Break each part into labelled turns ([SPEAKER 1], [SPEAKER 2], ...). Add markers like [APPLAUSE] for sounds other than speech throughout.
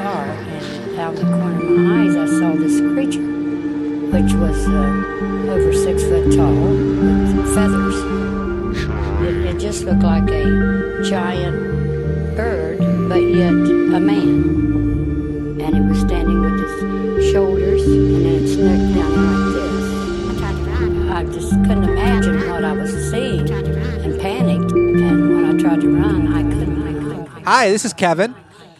[SPEAKER 1] uh, out the corner of my eyes, I saw this creature, which was uh, over six foot tall with feathers. It, it just looked like a giant bird, but yet a man. And it was standing with its shoulders and then its neck down like this. I just couldn't imagine what I was seeing and panicked. And when I tried to run, I couldn't. I couldn't.
[SPEAKER 2] Hi, this is Kevin,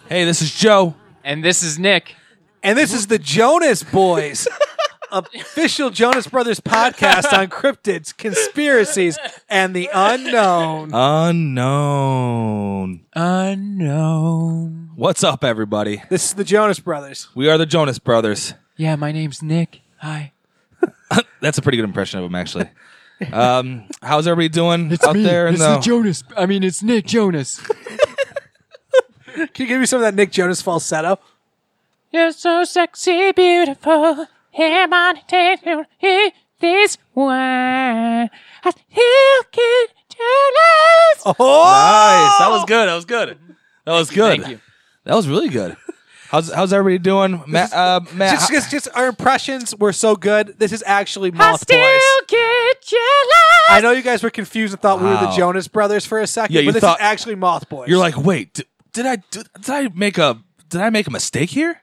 [SPEAKER 3] Hey, this is Joe.
[SPEAKER 4] And this is Nick.
[SPEAKER 2] and this is the Jonas Boys, [LAUGHS] official Jonas Brothers podcast on cryptids, conspiracies, and the unknown.
[SPEAKER 3] Unknown.
[SPEAKER 4] Unknown.
[SPEAKER 3] What's up, everybody?
[SPEAKER 2] This is the Jonas Brothers.
[SPEAKER 3] We are the Jonas Brothers.
[SPEAKER 4] Yeah, my name's Nick. Hi.
[SPEAKER 3] That's a pretty good impression of them,
[SPEAKER 4] [LAUGHS]
[SPEAKER 3] actually. Um, how's everybody doing out there? in
[SPEAKER 4] This
[SPEAKER 3] the-
[SPEAKER 4] is
[SPEAKER 3] [LAUGHS]
[SPEAKER 4] Jonas. I mean, it's Nick Jonas.
[SPEAKER 2] Can you give me some of that Nick Jonas falsetto?
[SPEAKER 4] [LAUGHS] You're so sexy, beautiful. Him on table, he this one. I still get jealous.
[SPEAKER 2] Oh,
[SPEAKER 3] nice. That was good. That was good. That was good.
[SPEAKER 4] you.
[SPEAKER 3] That was really good. How's how's everybody doing, Matt? Uh, Matt
[SPEAKER 2] Just,
[SPEAKER 3] how-
[SPEAKER 2] just, just our impressions were so good. This is actually
[SPEAKER 4] I
[SPEAKER 2] Moth
[SPEAKER 4] still
[SPEAKER 2] Boys.
[SPEAKER 4] get jealous.
[SPEAKER 2] I know you guys were confused and thought we were the
[SPEAKER 3] Wow.
[SPEAKER 2] Jonas Brothers for a second,
[SPEAKER 3] Yeah, you
[SPEAKER 2] but this
[SPEAKER 3] thought-
[SPEAKER 2] is actually Moth Boys.
[SPEAKER 3] you're like, wait, did, did I did, did I make a did I make a mistake here?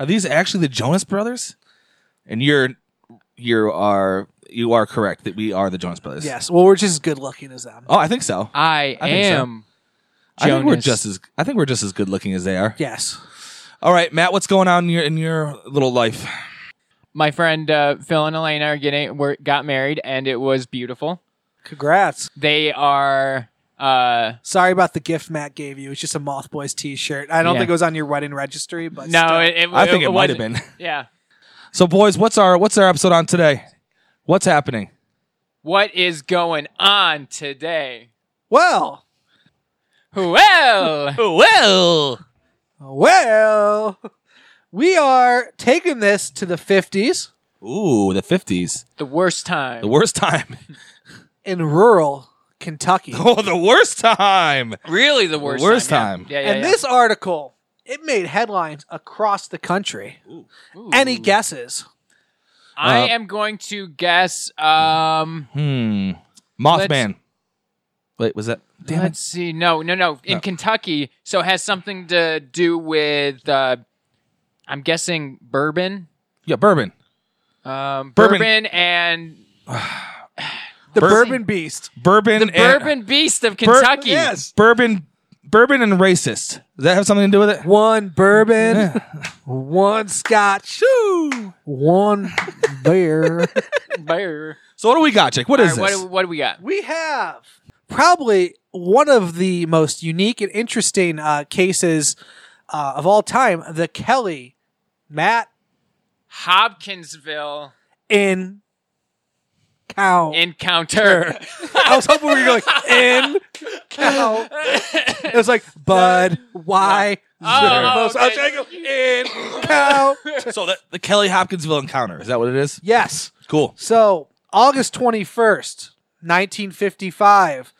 [SPEAKER 3] Are these actually the Jonas Brothers? And you're you are you are correct that we are the Jonas Brothers.
[SPEAKER 2] yes. Well, we're just as good looking as them.
[SPEAKER 3] Oh, I think so.
[SPEAKER 4] I,
[SPEAKER 3] I think so.
[SPEAKER 4] am.
[SPEAKER 3] I think we're
[SPEAKER 4] Jonas.
[SPEAKER 3] just as I think we're just as good looking as they are.
[SPEAKER 2] Yes.
[SPEAKER 3] All right, Matt, what's going on in your in your little life?
[SPEAKER 4] My friend uh, Phil and Elena are getting were, got married, and it was beautiful.
[SPEAKER 2] Congrats.
[SPEAKER 4] They are. Uh,
[SPEAKER 2] Sorry about the gift Matt gave you. It's just a Moth Boys T-shirt. I don't
[SPEAKER 4] Yeah.
[SPEAKER 2] think it was on your wedding registry, but
[SPEAKER 4] no,
[SPEAKER 2] still.
[SPEAKER 4] it, it,
[SPEAKER 3] I think it might have
[SPEAKER 4] wasn't.
[SPEAKER 3] been. [LAUGHS]
[SPEAKER 4] Yeah.
[SPEAKER 3] So, boys, what's our what's our episode on today? What's happening?
[SPEAKER 4] What is going on today?
[SPEAKER 2] well,
[SPEAKER 4] Well,
[SPEAKER 3] Well,
[SPEAKER 2] well, we are taking this to the fifties
[SPEAKER 3] ooh, the fifties,
[SPEAKER 4] the worst time.
[SPEAKER 3] the worst time. [LAUGHS]
[SPEAKER 2] in rural Kentucky.
[SPEAKER 3] oh, the worst time.
[SPEAKER 4] really, the worst.
[SPEAKER 3] worst
[SPEAKER 4] time.
[SPEAKER 3] time.
[SPEAKER 4] Yeah. Yeah, yeah,
[SPEAKER 2] and
[SPEAKER 4] yeah.
[SPEAKER 2] this article, it made headlines across the country. Any guesses?
[SPEAKER 4] I
[SPEAKER 3] Uh,
[SPEAKER 4] am going to guess. Um,
[SPEAKER 3] Hmm. Mothman. Wait, was that? Damn
[SPEAKER 4] let's
[SPEAKER 3] it.
[SPEAKER 4] see. No, no, no. In
[SPEAKER 3] No.
[SPEAKER 4] Kentucky, so it has something to do with. Uh, I'm guessing bourbon.
[SPEAKER 3] Yeah, bourbon.
[SPEAKER 4] Um,
[SPEAKER 3] Bourbon.
[SPEAKER 4] bourbon. and
[SPEAKER 2] The
[SPEAKER 3] Bur-
[SPEAKER 2] Bourbon Beast.
[SPEAKER 3] Bourbon.
[SPEAKER 4] the
[SPEAKER 3] and-
[SPEAKER 4] bourbon beast of
[SPEAKER 3] bur-
[SPEAKER 4] Kentucky. [LAUGHS]
[SPEAKER 2] yes.
[SPEAKER 3] Bourbon. Bourbon and racist. Does that have something to do with it?
[SPEAKER 2] One bourbon, one scotch, one
[SPEAKER 4] [LAUGHS]
[SPEAKER 2] beer.
[SPEAKER 4] Bear.
[SPEAKER 3] So what do we got, Jake? What
[SPEAKER 4] All
[SPEAKER 3] is
[SPEAKER 4] right, what,
[SPEAKER 3] this?
[SPEAKER 4] do- what do we got?
[SPEAKER 2] we have probably one of the most unique and interesting uh, cases uh, of all time the Kelly Matt
[SPEAKER 4] Hopkinsville
[SPEAKER 2] in cow.
[SPEAKER 3] [LAUGHS]
[SPEAKER 4] encounter.
[SPEAKER 2] I was hoping we were going in cow. It was like bud, why?
[SPEAKER 4] [LAUGHS] Oh,
[SPEAKER 2] zero. I was
[SPEAKER 4] okay.
[SPEAKER 2] trying to go in cow.
[SPEAKER 3] [LAUGHS] so that, the Kelly Hopkinsville encounter is that what it is?
[SPEAKER 2] Yes.
[SPEAKER 3] Cool.
[SPEAKER 2] So, August 21st, 1955,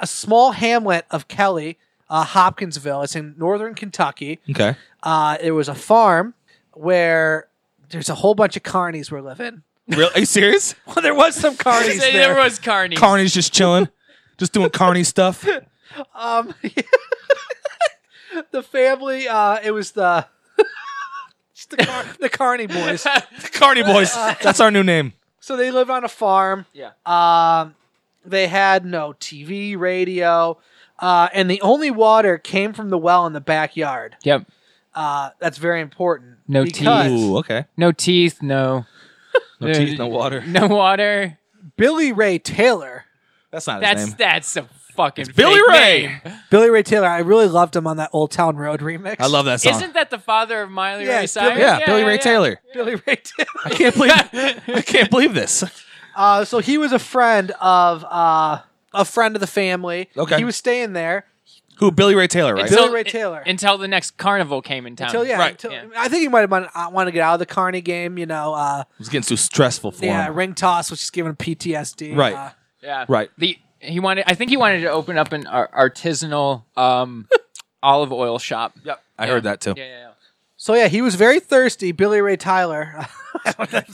[SPEAKER 2] a small hamlet of Kelly, uh, Hopkinsville, it's in northern Kentucky.
[SPEAKER 3] Okay.
[SPEAKER 2] Uh, it was a farm where there's a whole bunch of carnies were living.
[SPEAKER 3] Real? Are you serious?
[SPEAKER 2] Well, there was some carnies
[SPEAKER 4] There
[SPEAKER 2] there.
[SPEAKER 4] was Carney.
[SPEAKER 3] Carney's just chilling, just doing Carney stuff.
[SPEAKER 2] Um, the family, uh, it was the [LAUGHS] it's the, car- the carney
[SPEAKER 3] [LAUGHS]
[SPEAKER 2] boys.
[SPEAKER 3] Carney boys. That's our new name.
[SPEAKER 2] So they lived on a farm.
[SPEAKER 4] Yeah.
[SPEAKER 2] Um, they had no TV, radio, uh, and the only water came from the well in the backyard.
[SPEAKER 4] Yep.
[SPEAKER 2] Uh, that's very important.
[SPEAKER 4] No
[SPEAKER 2] because
[SPEAKER 3] Ooh, okay.
[SPEAKER 4] No teeth. No.
[SPEAKER 3] No teeth, no water.
[SPEAKER 4] No water.
[SPEAKER 2] Billy Ray Taylor.
[SPEAKER 3] That's not his
[SPEAKER 4] That's
[SPEAKER 3] name.
[SPEAKER 4] that's a fucking
[SPEAKER 3] Billy
[SPEAKER 4] fake
[SPEAKER 3] Ray.
[SPEAKER 4] name.
[SPEAKER 2] Billy Ray Taylor. I really loved him on that Old Town Road remix.
[SPEAKER 3] I love that song.
[SPEAKER 4] Isn't that the father of Miley
[SPEAKER 2] Yeah,
[SPEAKER 4] Ray
[SPEAKER 2] it's
[SPEAKER 4] Cyrus?
[SPEAKER 2] Billy-
[SPEAKER 3] yeah, Billy Ray Taylor.
[SPEAKER 2] Billy Ray Taylor.
[SPEAKER 3] I can't believe. I can't believe this.
[SPEAKER 2] Uh, so he was a friend of uh, a friend of the family.
[SPEAKER 3] Okay.
[SPEAKER 2] He was staying there
[SPEAKER 3] Who? Billy Ray Taylor, right?
[SPEAKER 2] Billy Ray Taylor.
[SPEAKER 4] Until the next carnival came in town.
[SPEAKER 2] until yeah,
[SPEAKER 3] Right.
[SPEAKER 2] until-
[SPEAKER 4] Um, Yeah.
[SPEAKER 2] I think he might have want to get out of the Carney game. You know, uh,
[SPEAKER 3] It was getting too stressful for
[SPEAKER 2] yeah,
[SPEAKER 3] him.
[SPEAKER 2] ring toss, which is giving him PTSD.
[SPEAKER 3] Right.
[SPEAKER 2] Uh,
[SPEAKER 4] Yeah.
[SPEAKER 3] Right.
[SPEAKER 4] The he wanted. I think he wanted to open up
[SPEAKER 2] [LAUGHS]
[SPEAKER 4] an ar- artisanal um, olive oil shop.
[SPEAKER 3] I heard that too.
[SPEAKER 4] Yeah, yeah, yeah.
[SPEAKER 2] So yeah, he was very thirsty, Billy Ray Tyler. [LAUGHS]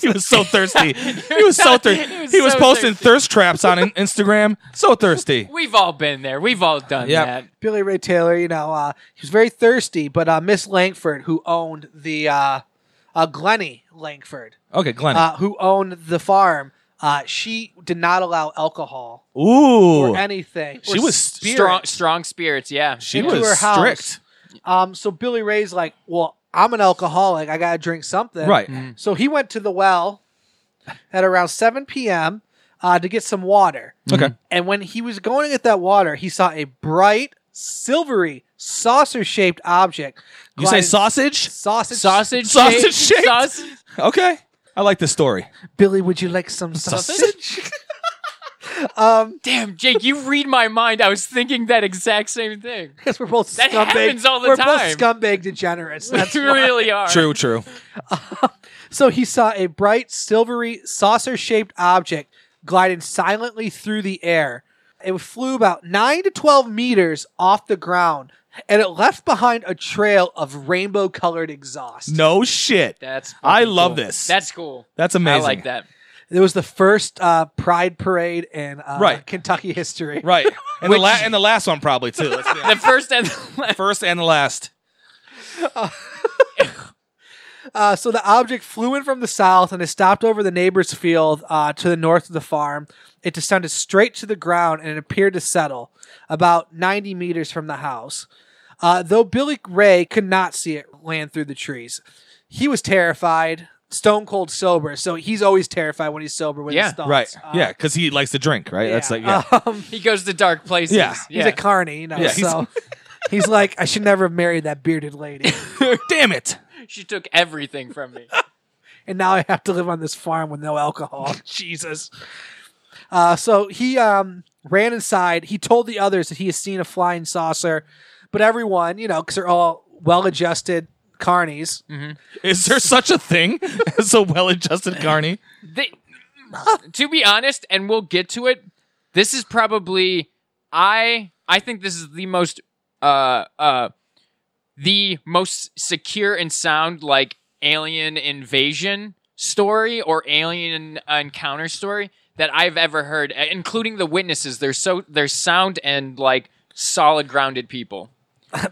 [SPEAKER 3] He was so thirsty. he was so thirsty.
[SPEAKER 4] He
[SPEAKER 3] He
[SPEAKER 4] was
[SPEAKER 3] was,
[SPEAKER 4] so
[SPEAKER 3] posting
[SPEAKER 4] thirsty.
[SPEAKER 3] thirst traps on in- Instagram. So thirsty.
[SPEAKER 4] We've all been there. We've all done
[SPEAKER 3] Yep.
[SPEAKER 4] that.
[SPEAKER 2] Billy Ray Taylor, you know, uh, he was very thirsty, but uh, Miss Langford, who owned the uh, uh, Glenny Langford,
[SPEAKER 3] Okay, Glenn.
[SPEAKER 2] uh, who owned the farm, uh, she did not allow alcohol
[SPEAKER 3] Ooh,
[SPEAKER 2] or anything. or
[SPEAKER 3] She was
[SPEAKER 2] spirit
[SPEAKER 4] Strong, strong spirits. Yeah.
[SPEAKER 3] she
[SPEAKER 2] into
[SPEAKER 3] was
[SPEAKER 2] her house.
[SPEAKER 3] strict.
[SPEAKER 2] Um, so Billy Ray's like, well, I'm an alcoholic. I gotta drink something.
[SPEAKER 3] Right.
[SPEAKER 4] Mm-hmm.
[SPEAKER 2] So he went to the well at around 7 p.m. Uh, to get some water.
[SPEAKER 3] Okay.
[SPEAKER 2] And when he was going to get that water, he saw a bright, silvery, saucer-shaped object.
[SPEAKER 3] You say
[SPEAKER 2] gliding-
[SPEAKER 3] sausage?
[SPEAKER 2] Sausage.
[SPEAKER 4] Sausage.
[SPEAKER 3] Sausage
[SPEAKER 4] shape-
[SPEAKER 3] shaped.
[SPEAKER 4] Sausage.
[SPEAKER 3] Okay. I like this story.
[SPEAKER 2] Billy, would you like some sausage? [LAUGHS]
[SPEAKER 4] Damn, Jake, you read my mind. I was thinking that exact same thing.
[SPEAKER 2] Because we're both
[SPEAKER 4] That
[SPEAKER 2] scumbag.
[SPEAKER 4] happens all the
[SPEAKER 2] we're
[SPEAKER 4] time.
[SPEAKER 2] both scumbag degenerates.
[SPEAKER 4] [LAUGHS]
[SPEAKER 2] That's
[SPEAKER 4] you
[SPEAKER 2] why.
[SPEAKER 4] really are.
[SPEAKER 3] True, true.
[SPEAKER 2] So he saw a bright, silvery, saucer shaped object gliding silently through the air. It flew about 9 to 12 meters off the ground and it left behind a trail of rainbow colored exhaust.
[SPEAKER 3] No shit.
[SPEAKER 4] That's.
[SPEAKER 3] I
[SPEAKER 4] fucking
[SPEAKER 3] love
[SPEAKER 4] cool.
[SPEAKER 3] this.
[SPEAKER 4] That's cool.
[SPEAKER 3] That's amazing.
[SPEAKER 4] I like that.
[SPEAKER 2] It was the first uh, Pride Parade in uh,
[SPEAKER 3] Right.
[SPEAKER 2] Kentucky history.
[SPEAKER 3] Right. And the la- and the last one probably too. Let's
[SPEAKER 2] [LAUGHS]
[SPEAKER 3] be
[SPEAKER 4] The
[SPEAKER 3] honest.
[SPEAKER 4] first [LAUGHS] and the last.
[SPEAKER 3] First and the last.
[SPEAKER 2] Uh, so the object flew in from the south and it stopped over the neighbor's field uh, to the north of the farm. It descended straight to the ground and it appeared to settle about 90 meters from the house. Uh, though Billy Ray could not see it land through the trees, he was terrified, stone cold sober. So he's always terrified when he's sober. With
[SPEAKER 4] Yeah,
[SPEAKER 2] his thoughts.
[SPEAKER 3] Right.
[SPEAKER 2] Uh,
[SPEAKER 3] yeah, because he likes to drink, right? That's like yeah.
[SPEAKER 2] Um,
[SPEAKER 4] He goes to dark places.
[SPEAKER 3] Yeah.
[SPEAKER 2] He's a carny, you know.
[SPEAKER 3] Yeah, he's- [LAUGHS]
[SPEAKER 2] so he's like, I should never have married that bearded lady, [LAUGHS]
[SPEAKER 3] Damn it.
[SPEAKER 4] she took everything from me.
[SPEAKER 2] and now I have to live on this farm with no
[SPEAKER 3] [LAUGHS]
[SPEAKER 2] alcohol. Jesus. Uh, so he um, ran inside. He told the others that he has seen a flying saucer, but everyone, you know, because they're all well-adjusted carnies.
[SPEAKER 3] Mm. Is there such a thing [LAUGHS] as a well-adjusted
[SPEAKER 2] [LAUGHS]
[SPEAKER 3] carny?
[SPEAKER 4] They, to be honest, and we'll get to it. This is probably I. I think this is the most uh uh the most secure and sound like alien invasion story or alien encounter story that I've ever heard, uh, including the witnesses. They're so they're sound and like solid grounded people.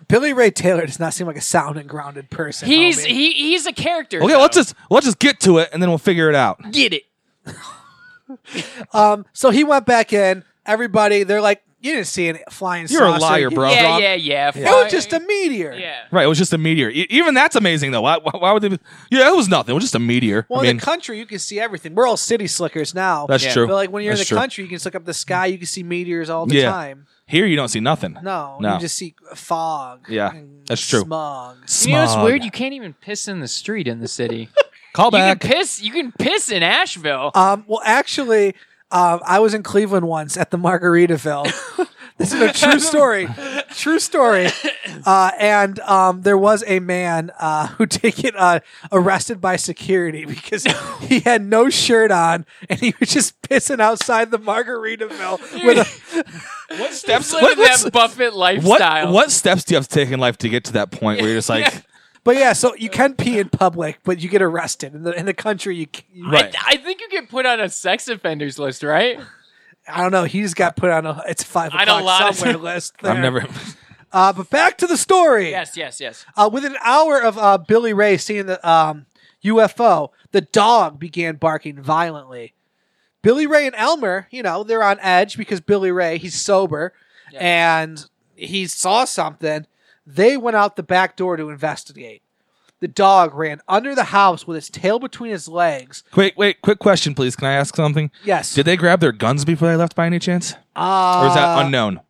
[SPEAKER 2] Billy Ray Taylor does not seem like a sound and grounded person.
[SPEAKER 4] He's
[SPEAKER 2] homie.
[SPEAKER 4] he he's a character.
[SPEAKER 3] Okay,
[SPEAKER 4] though.
[SPEAKER 3] let's just let's just get to it and then we'll figure it out.
[SPEAKER 4] get it.
[SPEAKER 2] so he went back in. Everybody, they're like, "You didn't see a flying
[SPEAKER 3] You're a
[SPEAKER 2] saucer,
[SPEAKER 3] liar,
[SPEAKER 2] you-
[SPEAKER 3] bro.
[SPEAKER 4] yeah,
[SPEAKER 3] Rob-
[SPEAKER 4] yeah, yeah,
[SPEAKER 2] [LAUGHS] It was just a meteor."
[SPEAKER 4] yeah.
[SPEAKER 3] Right, it was just a meteor. E- even that's amazing though. Why, why, why would they? Be- yeah, it was nothing. It was just a meteor.
[SPEAKER 2] Well,
[SPEAKER 3] I
[SPEAKER 2] in
[SPEAKER 3] mean,
[SPEAKER 2] the country, you can see everything. We're all city slickers now.
[SPEAKER 3] that's
[SPEAKER 4] Yeah.
[SPEAKER 3] true.
[SPEAKER 2] But like when you're in the
[SPEAKER 3] That's true.
[SPEAKER 2] country, you can just look up the sky. You can see meteors all the
[SPEAKER 3] Yeah.
[SPEAKER 2] time.
[SPEAKER 3] here you don't see nothing.
[SPEAKER 2] No,
[SPEAKER 3] no.
[SPEAKER 2] you just see fog.
[SPEAKER 3] Yeah,
[SPEAKER 2] and
[SPEAKER 3] that's true.
[SPEAKER 2] Smog.
[SPEAKER 4] You know, it's
[SPEAKER 3] Smog.
[SPEAKER 4] weird. You can't even piss in the street in the city.
[SPEAKER 3] Call
[SPEAKER 4] you can
[SPEAKER 3] back. Uh,
[SPEAKER 4] piss. You can piss in Asheville.
[SPEAKER 2] Um, well, actually, um, I was in Cleveland once at the
[SPEAKER 3] [LAUGHS]
[SPEAKER 2] Margaritaville. this is a true story. True story. Uh, and um, there was a man uh, [LAUGHS] who did get uh, arrested by security [LAUGHS] because he had no shirt on and he was just pissing outside the Margaritaville with
[SPEAKER 3] [LAUGHS]
[SPEAKER 2] a.
[SPEAKER 3] What steps?
[SPEAKER 4] Living
[SPEAKER 3] What, what's-
[SPEAKER 4] that Buffett lifestyle.
[SPEAKER 3] what, what steps do you have to take in life to get to that point where you're just like,
[SPEAKER 2] But [LAUGHS] yeah, so you can pee in public, but you get arrested. In the, in the country, you, c- you
[SPEAKER 3] Right.
[SPEAKER 4] I think you get put on a sex offenders list, right?
[SPEAKER 2] I don't know. He just got put on a it's five
[SPEAKER 4] I know a lot
[SPEAKER 2] o'clock
[SPEAKER 4] of-
[SPEAKER 2] somewhere
[SPEAKER 4] [LAUGHS]
[SPEAKER 2] list. There.
[SPEAKER 3] I'm never.
[SPEAKER 2] Uh, but back to the story.
[SPEAKER 4] Yes, yes, yes.
[SPEAKER 2] Uh, within an hour of uh, Billy Ray seeing the um, UFO, the dog began barking violently. Billy Ray and Elmer, you know, they're on edge because Billy Ray, he's sober and he saw something. They went out the back door to investigate. The dog ran under the house with its tail between his legs.
[SPEAKER 3] Wait, wait. Quick question, please. Can I ask something?
[SPEAKER 2] Yes.
[SPEAKER 3] Did they grab their guns before they left by any chance,
[SPEAKER 2] uh,
[SPEAKER 3] or is that unknown?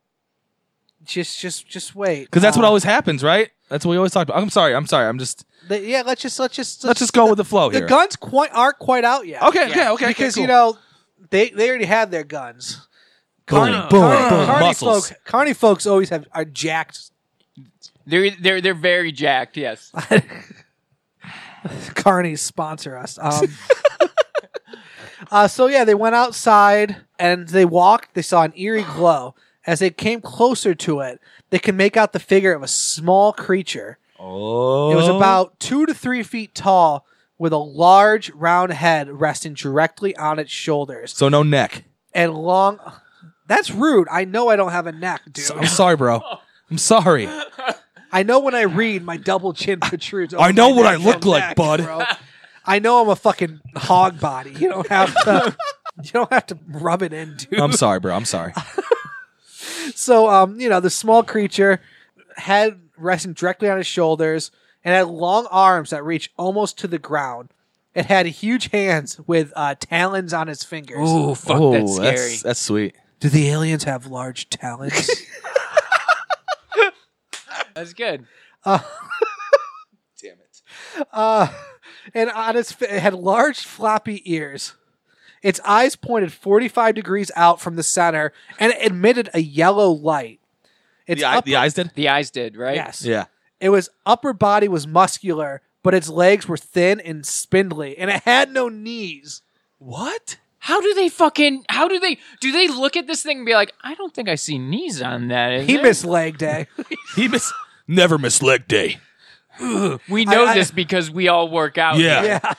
[SPEAKER 2] just just just wait.
[SPEAKER 3] Because that's
[SPEAKER 2] Uh,
[SPEAKER 3] what always happens, right? That's what we always talk about. I'm sorry. I'm sorry. I'm just.
[SPEAKER 2] the- yeah, let's just let's just
[SPEAKER 3] Let's just go with the flow
[SPEAKER 2] the
[SPEAKER 3] here.
[SPEAKER 2] guns quite aren't quite out yet.
[SPEAKER 3] Okay. Okay. Okay.
[SPEAKER 2] because
[SPEAKER 3] okay,
[SPEAKER 2] you
[SPEAKER 3] cool.
[SPEAKER 2] know they they already had their guns.
[SPEAKER 3] Boom,
[SPEAKER 2] Carney-
[SPEAKER 3] boom,
[SPEAKER 2] Carney-
[SPEAKER 3] boom.
[SPEAKER 2] Carney
[SPEAKER 3] Muscles.
[SPEAKER 2] folk, Carney folks always have are jacked.
[SPEAKER 4] They're they're they're very
[SPEAKER 3] [LAUGHS]
[SPEAKER 4] jacked. Yes.
[SPEAKER 2] Carnies sponsor us.
[SPEAKER 3] [LAUGHS]
[SPEAKER 2] Um, [LAUGHS] uh, so yeah, they went outside and they walked. They saw an eerie glow. As they came closer to it, they could make out the figure of a small creature.
[SPEAKER 3] Oh,
[SPEAKER 2] It was about two to three feet tall, with a large round head resting directly on its shoulders
[SPEAKER 3] so no neck.
[SPEAKER 2] and long. That's rude. I know I don't have a neck, dude.
[SPEAKER 3] So- I'm sorry, bro. I'm sorry.
[SPEAKER 2] I know when I read, my double chin protrudes.
[SPEAKER 3] I
[SPEAKER 2] over
[SPEAKER 3] know
[SPEAKER 2] my
[SPEAKER 3] what I
[SPEAKER 2] neck
[SPEAKER 3] look
[SPEAKER 2] and
[SPEAKER 3] like,
[SPEAKER 2] neck,
[SPEAKER 3] bud.
[SPEAKER 2] bro. I know I'm a fucking hog body. You don't have to. [LAUGHS] you don't have to rub it in, dude.
[SPEAKER 3] I'm sorry, bro. I'm
[SPEAKER 2] [LAUGHS]
[SPEAKER 3] sorry.
[SPEAKER 2] So, um, you know, the small creature had resting directly on his shoulders and had long arms that reached almost to the ground. It had huge hands with uh, talons on its fingers.
[SPEAKER 4] Ooh, fuck,
[SPEAKER 3] oh,
[SPEAKER 4] that's scary.
[SPEAKER 3] That's, that's sweet.
[SPEAKER 2] Do the aliens have large talons? [LAUGHS]
[SPEAKER 4] That's good.
[SPEAKER 3] Damn it.
[SPEAKER 2] uh, and on its, fa- it had large floppy ears. Its eyes pointed 45 degrees out from the center and it emitted a yellow light. Its
[SPEAKER 3] the, eye,
[SPEAKER 2] upper-
[SPEAKER 3] the eyes did.
[SPEAKER 4] The eyes did, right?
[SPEAKER 2] Yes.
[SPEAKER 3] Yeah.
[SPEAKER 2] It was upper body was muscular, but its legs were thin and spindly, and it had no knees.
[SPEAKER 3] What?
[SPEAKER 4] How do they fucking? How do they? Do they look at this thing and be like, I don't think I see knees on that. is
[SPEAKER 2] He
[SPEAKER 4] there?"
[SPEAKER 2] missed leg day.
[SPEAKER 3] [LAUGHS] He miss never miss leg day.
[SPEAKER 4] We know
[SPEAKER 2] I- I-
[SPEAKER 4] this because we all work out.
[SPEAKER 3] Yeah.
[SPEAKER 2] yeah,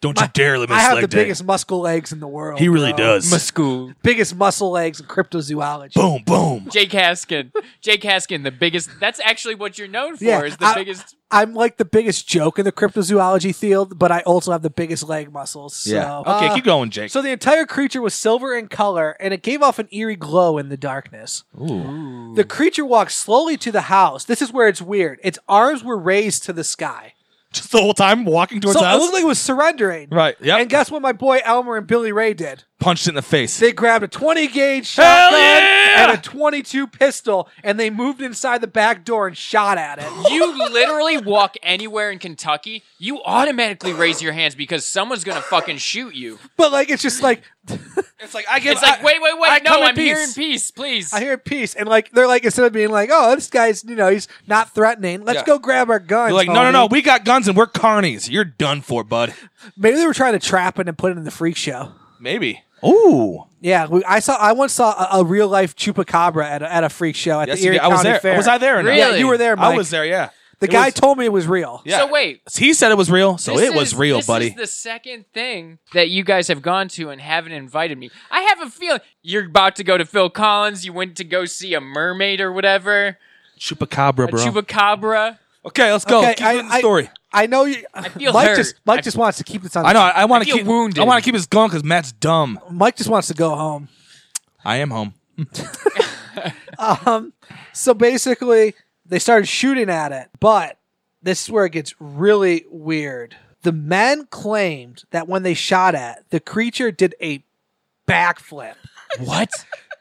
[SPEAKER 3] Don't you dare miss
[SPEAKER 2] I have the biggest muscle legs in the world. bro.
[SPEAKER 4] Muscool.
[SPEAKER 2] Biggest muscle legs in cryptozoology.
[SPEAKER 3] boom, boom.
[SPEAKER 4] Jake Haskin. Jake Haskin, the biggest. That's actually what you're known for.
[SPEAKER 2] Yeah,
[SPEAKER 4] is the
[SPEAKER 2] I-
[SPEAKER 4] biggest.
[SPEAKER 2] I'm like the biggest joke in the cryptozoology field, but I also have the biggest leg muscles. So,
[SPEAKER 3] Yeah. okay,
[SPEAKER 2] uh,
[SPEAKER 3] keep going, Jake.
[SPEAKER 2] So the entire creature was silver in color, and it gave off an eerie glow in the darkness. The creature walked slowly to the house. This is where it's weird. Its arms were raised to the sky.
[SPEAKER 3] Just the whole time walking towards
[SPEAKER 2] so
[SPEAKER 3] the
[SPEAKER 2] it
[SPEAKER 3] house.
[SPEAKER 2] looked like it was surrendering.
[SPEAKER 3] right. Yep.
[SPEAKER 2] And guess what my boy Elmer and Billy Ray did?
[SPEAKER 3] Punched it in the face.
[SPEAKER 2] They grabbed a 20 gauge shotgun
[SPEAKER 3] yeah!
[SPEAKER 2] and a 22 pistol and they moved inside the back door and shot at it.
[SPEAKER 3] [LAUGHS]
[SPEAKER 4] You literally walk anywhere in Kentucky, you automatically raise your hands because someone's gonna fucking shoot you.
[SPEAKER 2] but like it's just like [LAUGHS]
[SPEAKER 3] It's like I give.
[SPEAKER 4] It's like, wait, wait, wait,
[SPEAKER 3] I come
[SPEAKER 4] no,
[SPEAKER 3] in
[SPEAKER 4] I'm here in
[SPEAKER 3] peace.
[SPEAKER 4] peace, please.
[SPEAKER 2] I hear peace and like they're like instead of being like, "Oh, this guy's, you know, he's not threatening. Let's
[SPEAKER 3] Yeah.
[SPEAKER 2] go grab our guns."
[SPEAKER 3] You're like, no, no, no.
[SPEAKER 2] homie."
[SPEAKER 3] We got guns and we're carnies. You're done for, bud.
[SPEAKER 2] Maybe they were trying to trap it and put it in the freak show.
[SPEAKER 3] Maybe. Ooh.
[SPEAKER 2] Yeah, we, I saw. I once saw a, a real life chupacabra at a, at a freak show at
[SPEAKER 3] Yes,
[SPEAKER 2] the
[SPEAKER 3] you
[SPEAKER 2] Erie
[SPEAKER 3] did. I was
[SPEAKER 2] County
[SPEAKER 3] there.
[SPEAKER 2] Fair.
[SPEAKER 3] Was I there? Or not?
[SPEAKER 4] Really?
[SPEAKER 2] Yeah, you were there, Mike.
[SPEAKER 3] I was there. Yeah.
[SPEAKER 2] The
[SPEAKER 3] It
[SPEAKER 2] guy
[SPEAKER 3] was-
[SPEAKER 2] told me it was real.
[SPEAKER 3] Yeah.
[SPEAKER 4] So wait.
[SPEAKER 3] He said it was real, so
[SPEAKER 4] This
[SPEAKER 3] it was
[SPEAKER 4] is-
[SPEAKER 3] real,
[SPEAKER 4] this
[SPEAKER 3] buddy.
[SPEAKER 4] Is the second thing that you guys have gone to and haven't invited me. I have a feeling you're about to go to Phil Collins. You went to go see a mermaid or whatever,
[SPEAKER 3] Chupacabra,
[SPEAKER 4] a
[SPEAKER 3] bro.
[SPEAKER 4] chupacabra.
[SPEAKER 3] okay, let's go.
[SPEAKER 2] Okay,
[SPEAKER 3] keep
[SPEAKER 2] I-
[SPEAKER 3] doing the
[SPEAKER 2] I-
[SPEAKER 3] story.
[SPEAKER 2] I know you.
[SPEAKER 4] feel
[SPEAKER 2] Mike
[SPEAKER 4] hurt.
[SPEAKER 2] just Mike
[SPEAKER 4] I-
[SPEAKER 2] just wants to keep this on.
[SPEAKER 3] I know. I, want
[SPEAKER 4] I
[SPEAKER 3] to
[SPEAKER 4] feel
[SPEAKER 3] keep.
[SPEAKER 4] wounded.
[SPEAKER 3] I want to keep this going because Matt's dumb.
[SPEAKER 2] Mike just wants to go home.
[SPEAKER 3] I am home.
[SPEAKER 2] So basically, they started shooting at it. But this is where it gets really weird. The men claimed that when they shot at the creature, did a backflip
[SPEAKER 3] What?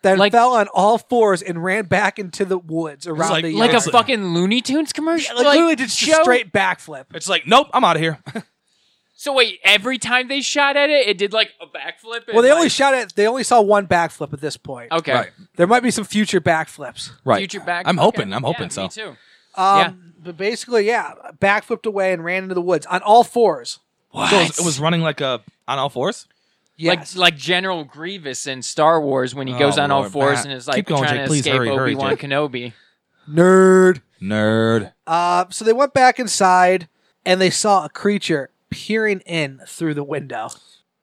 [SPEAKER 2] that
[SPEAKER 4] Like-
[SPEAKER 2] fell on all fours and ran back into the woods around
[SPEAKER 3] like-
[SPEAKER 2] the
[SPEAKER 4] Like a
[SPEAKER 2] yard.
[SPEAKER 3] Yes.
[SPEAKER 4] fucking Looney Tunes commercial.
[SPEAKER 2] like, literally did just a
[SPEAKER 4] show?
[SPEAKER 2] straight backflip.
[SPEAKER 3] [LAUGHS] It's like, nope. I'm out of here. [LAUGHS]
[SPEAKER 4] So wait, every time they shot at it, it did like a backflip. and,
[SPEAKER 2] Well, they only
[SPEAKER 4] like-
[SPEAKER 2] shot at they only saw one backflip at this point.
[SPEAKER 4] Okay.
[SPEAKER 3] Right.
[SPEAKER 2] There might be some future backflips.
[SPEAKER 3] Right.
[SPEAKER 4] Future back.
[SPEAKER 3] I'm hoping.
[SPEAKER 4] okay.
[SPEAKER 3] I'm hoping
[SPEAKER 4] Yeah,
[SPEAKER 3] so.
[SPEAKER 4] Me too.
[SPEAKER 2] Um,
[SPEAKER 4] Yeah.
[SPEAKER 2] But basically, yeah, backflipped away and ran into the woods on all fours.
[SPEAKER 3] So it, was, it was running like a on all fours.
[SPEAKER 2] Yes.
[SPEAKER 4] Like like General Grievous in Star Wars when he
[SPEAKER 3] Oh,
[SPEAKER 4] goes on all
[SPEAKER 3] Lord,
[SPEAKER 4] fours
[SPEAKER 3] Matt.
[SPEAKER 4] and is like
[SPEAKER 3] Keep going,
[SPEAKER 4] trying
[SPEAKER 3] Jake.
[SPEAKER 4] to
[SPEAKER 3] Please
[SPEAKER 4] escape
[SPEAKER 3] hurry, hurry,
[SPEAKER 4] Obi Wan
[SPEAKER 3] Jake. [LAUGHS]
[SPEAKER 4] Kenobi.
[SPEAKER 2] nerd.
[SPEAKER 3] Nerd.
[SPEAKER 2] Uh, so they went back inside and they saw a creature peering in through the window.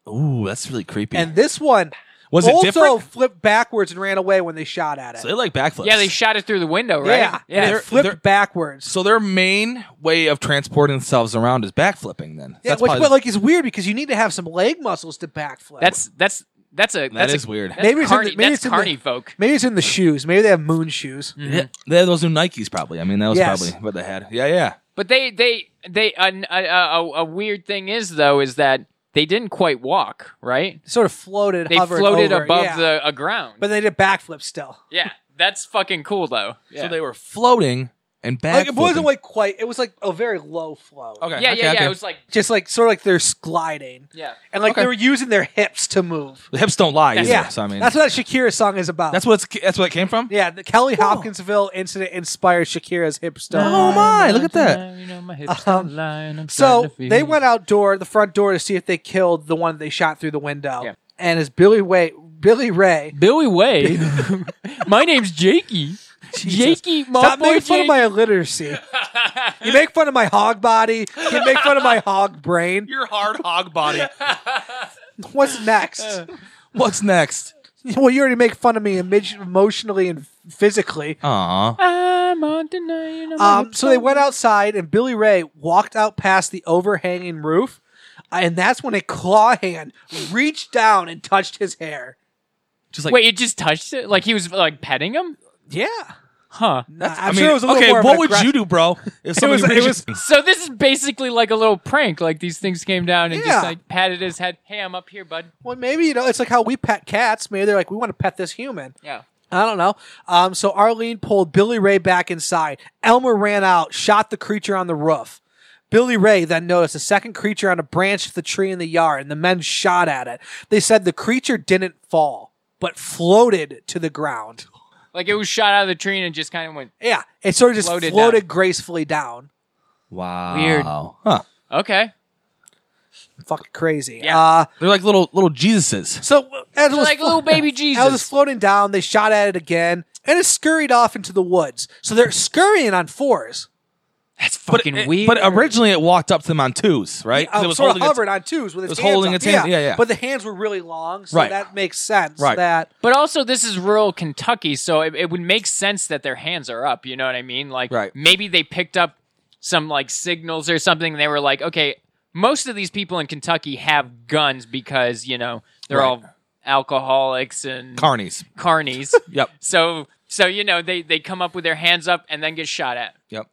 [SPEAKER 3] Ooh, that's really creepy.
[SPEAKER 2] And this one
[SPEAKER 3] was it
[SPEAKER 2] also
[SPEAKER 3] different?
[SPEAKER 2] flipped backwards and ran away when they shot at it.
[SPEAKER 3] So they like backflips.
[SPEAKER 4] Yeah, they shot it through the window, right?
[SPEAKER 2] Yeah,
[SPEAKER 4] yeah.
[SPEAKER 2] and
[SPEAKER 3] They're-
[SPEAKER 2] it flipped
[SPEAKER 3] they're-
[SPEAKER 2] backwards.
[SPEAKER 3] so their main way of transporting themselves around is backflipping. Then
[SPEAKER 2] yeah,
[SPEAKER 3] That's
[SPEAKER 2] which
[SPEAKER 3] probably-
[SPEAKER 2] but, like is weird because you need to have some leg muscles to backflip.
[SPEAKER 4] That's that's that's a that's
[SPEAKER 3] is
[SPEAKER 4] a,
[SPEAKER 3] weird.
[SPEAKER 4] That's
[SPEAKER 2] Maybe
[SPEAKER 4] maybe
[SPEAKER 2] it's in
[SPEAKER 4] carny,
[SPEAKER 2] the- maybe
[SPEAKER 4] that's
[SPEAKER 2] it's in the-
[SPEAKER 4] carny folk.
[SPEAKER 2] maybe it's in the shoes. Maybe they have moon shoes.
[SPEAKER 4] Mm-hmm.
[SPEAKER 3] Yeah, they had those new Nikes, probably. I mean, that was
[SPEAKER 2] Yes.
[SPEAKER 3] probably what they had. Yeah, yeah.
[SPEAKER 4] But they they they a, a, a, a weird thing is though is that they didn't quite walk, right?
[SPEAKER 2] Sort of floated,
[SPEAKER 4] They
[SPEAKER 2] hovered
[SPEAKER 4] floated
[SPEAKER 2] over,
[SPEAKER 4] above
[SPEAKER 2] yeah.
[SPEAKER 4] the a ground.
[SPEAKER 2] but they did backflips still.
[SPEAKER 4] yeah, that's fucking cool though. Yeah.
[SPEAKER 3] So they were floating and backflipping.
[SPEAKER 2] Like it wasn't like quite. It was like a very low flow.
[SPEAKER 3] okay,
[SPEAKER 4] yeah,
[SPEAKER 3] okay,
[SPEAKER 4] yeah, yeah.
[SPEAKER 3] okay.
[SPEAKER 4] It was like
[SPEAKER 2] Just like sort of like they're sliding,
[SPEAKER 4] yeah.
[SPEAKER 2] and like
[SPEAKER 3] Okay.
[SPEAKER 2] they were using their hips to move.
[SPEAKER 3] the hips don't lie either.
[SPEAKER 2] Yeah,
[SPEAKER 3] So I mean,
[SPEAKER 2] that's what that Shakira song is about.
[SPEAKER 3] That's what it's, that's what it came from.
[SPEAKER 2] yeah, the Kelly Hopkinsville incident inspired Shakira's hips to
[SPEAKER 3] Oh
[SPEAKER 2] move.
[SPEAKER 3] my! Look at that.
[SPEAKER 4] You know, my hips
[SPEAKER 2] Um,
[SPEAKER 4] don't lie and I'm
[SPEAKER 2] So
[SPEAKER 4] starting to
[SPEAKER 2] they
[SPEAKER 4] feel-
[SPEAKER 2] went outdoor, the front door, to see if they killed the one they shot through the window.
[SPEAKER 4] Yeah.
[SPEAKER 2] And as Billy Way, Billy Ray, [LAUGHS]
[SPEAKER 4] [LAUGHS] Billy Way. my name's Jakey. Yankee
[SPEAKER 2] Stop
[SPEAKER 4] Mallboy
[SPEAKER 2] making fun of
[SPEAKER 4] Jake-
[SPEAKER 2] my illiteracy.
[SPEAKER 3] [LAUGHS]
[SPEAKER 2] you make fun of my hog body. You make fun of
[SPEAKER 3] [LAUGHS]
[SPEAKER 2] my hog brain.
[SPEAKER 3] Your hard hog body.
[SPEAKER 2] What's next?
[SPEAKER 3] [LAUGHS] What's next?
[SPEAKER 2] Well, you already make fun of me emo- emotionally and physically.
[SPEAKER 3] Aw.
[SPEAKER 4] I'm on tonight. I'm on
[SPEAKER 2] Um, so they went outside, and Billy Ray walked out past the overhanging roof, and that's when a claw hand reached down and touched his hair.
[SPEAKER 3] Just like
[SPEAKER 4] Wait, it just touched it? Like he was like petting him?
[SPEAKER 2] Yeah,
[SPEAKER 4] Huh.
[SPEAKER 3] That's,
[SPEAKER 2] I'm sure it was a little
[SPEAKER 3] okay.
[SPEAKER 2] more of
[SPEAKER 3] what
[SPEAKER 2] an
[SPEAKER 3] would
[SPEAKER 2] aggress-
[SPEAKER 3] you do, bro? If
[SPEAKER 2] was-
[SPEAKER 3] somebody
[SPEAKER 2] [LAUGHS] it
[SPEAKER 3] reaches-
[SPEAKER 2] was-
[SPEAKER 4] So this is basically like a little prank. Like these things came down and
[SPEAKER 2] Yeah.
[SPEAKER 4] just like patted his head. Hey, I'm up here, bud.
[SPEAKER 2] well, maybe you know it's like how we pet cats. Maybe they're like, we want to pet this human.
[SPEAKER 4] Yeah.
[SPEAKER 2] I don't know. Um, so Arlene pulled Billy Ray back inside. Elmer ran out, shot the creature on the roof. Billy Ray then noticed a second creature on a branch of the tree in the yard, and the men shot at it. They said the creature didn't fall, but floated to the ground.
[SPEAKER 4] Like it was shot out of the tree and it just kind of went,
[SPEAKER 2] Yeah, it sort of just floated,
[SPEAKER 4] Floated
[SPEAKER 2] gracefully down.
[SPEAKER 3] wow.
[SPEAKER 4] [LAUGHS] Weird.
[SPEAKER 3] Huh.
[SPEAKER 4] okay.
[SPEAKER 2] Fucking crazy.
[SPEAKER 4] Yeah.
[SPEAKER 2] Uh,
[SPEAKER 3] They're like little little Jesuses.
[SPEAKER 2] so uh, as it was
[SPEAKER 4] like
[SPEAKER 2] flo-
[SPEAKER 4] little baby
[SPEAKER 2] as it was
[SPEAKER 4] Jesus.
[SPEAKER 2] floating down, they shot at it again, and it scurried off into the woods. So they're scurrying on fours.
[SPEAKER 4] That's
[SPEAKER 3] But
[SPEAKER 4] fucking
[SPEAKER 3] it-
[SPEAKER 4] weird.
[SPEAKER 3] But originally it walked up to them on twos, right? 'Cause
[SPEAKER 2] Um,
[SPEAKER 3] it was
[SPEAKER 2] sort of
[SPEAKER 3] holding its-
[SPEAKER 2] hovered on twos with its,
[SPEAKER 3] was
[SPEAKER 2] hands
[SPEAKER 3] holding
[SPEAKER 2] up.
[SPEAKER 3] its hand- yeah, yeah.
[SPEAKER 2] But the hands were really long, so
[SPEAKER 3] Right.
[SPEAKER 2] that makes sense.
[SPEAKER 3] Right.
[SPEAKER 2] That
[SPEAKER 4] But also, this is rural Kentucky, so it, it would make sense that their hands are up. You know what I mean? Like,
[SPEAKER 3] Right.
[SPEAKER 4] maybe they picked up some like signals or something. And they were like, okay, most of these people in Kentucky have guns because you know they're
[SPEAKER 3] Right.
[SPEAKER 4] all alcoholics and
[SPEAKER 3] carnies. [LAUGHS]
[SPEAKER 4] carnies.
[SPEAKER 3] Yep.
[SPEAKER 4] So, so you know they they come up with their hands up and then get shot at.
[SPEAKER 3] Yep.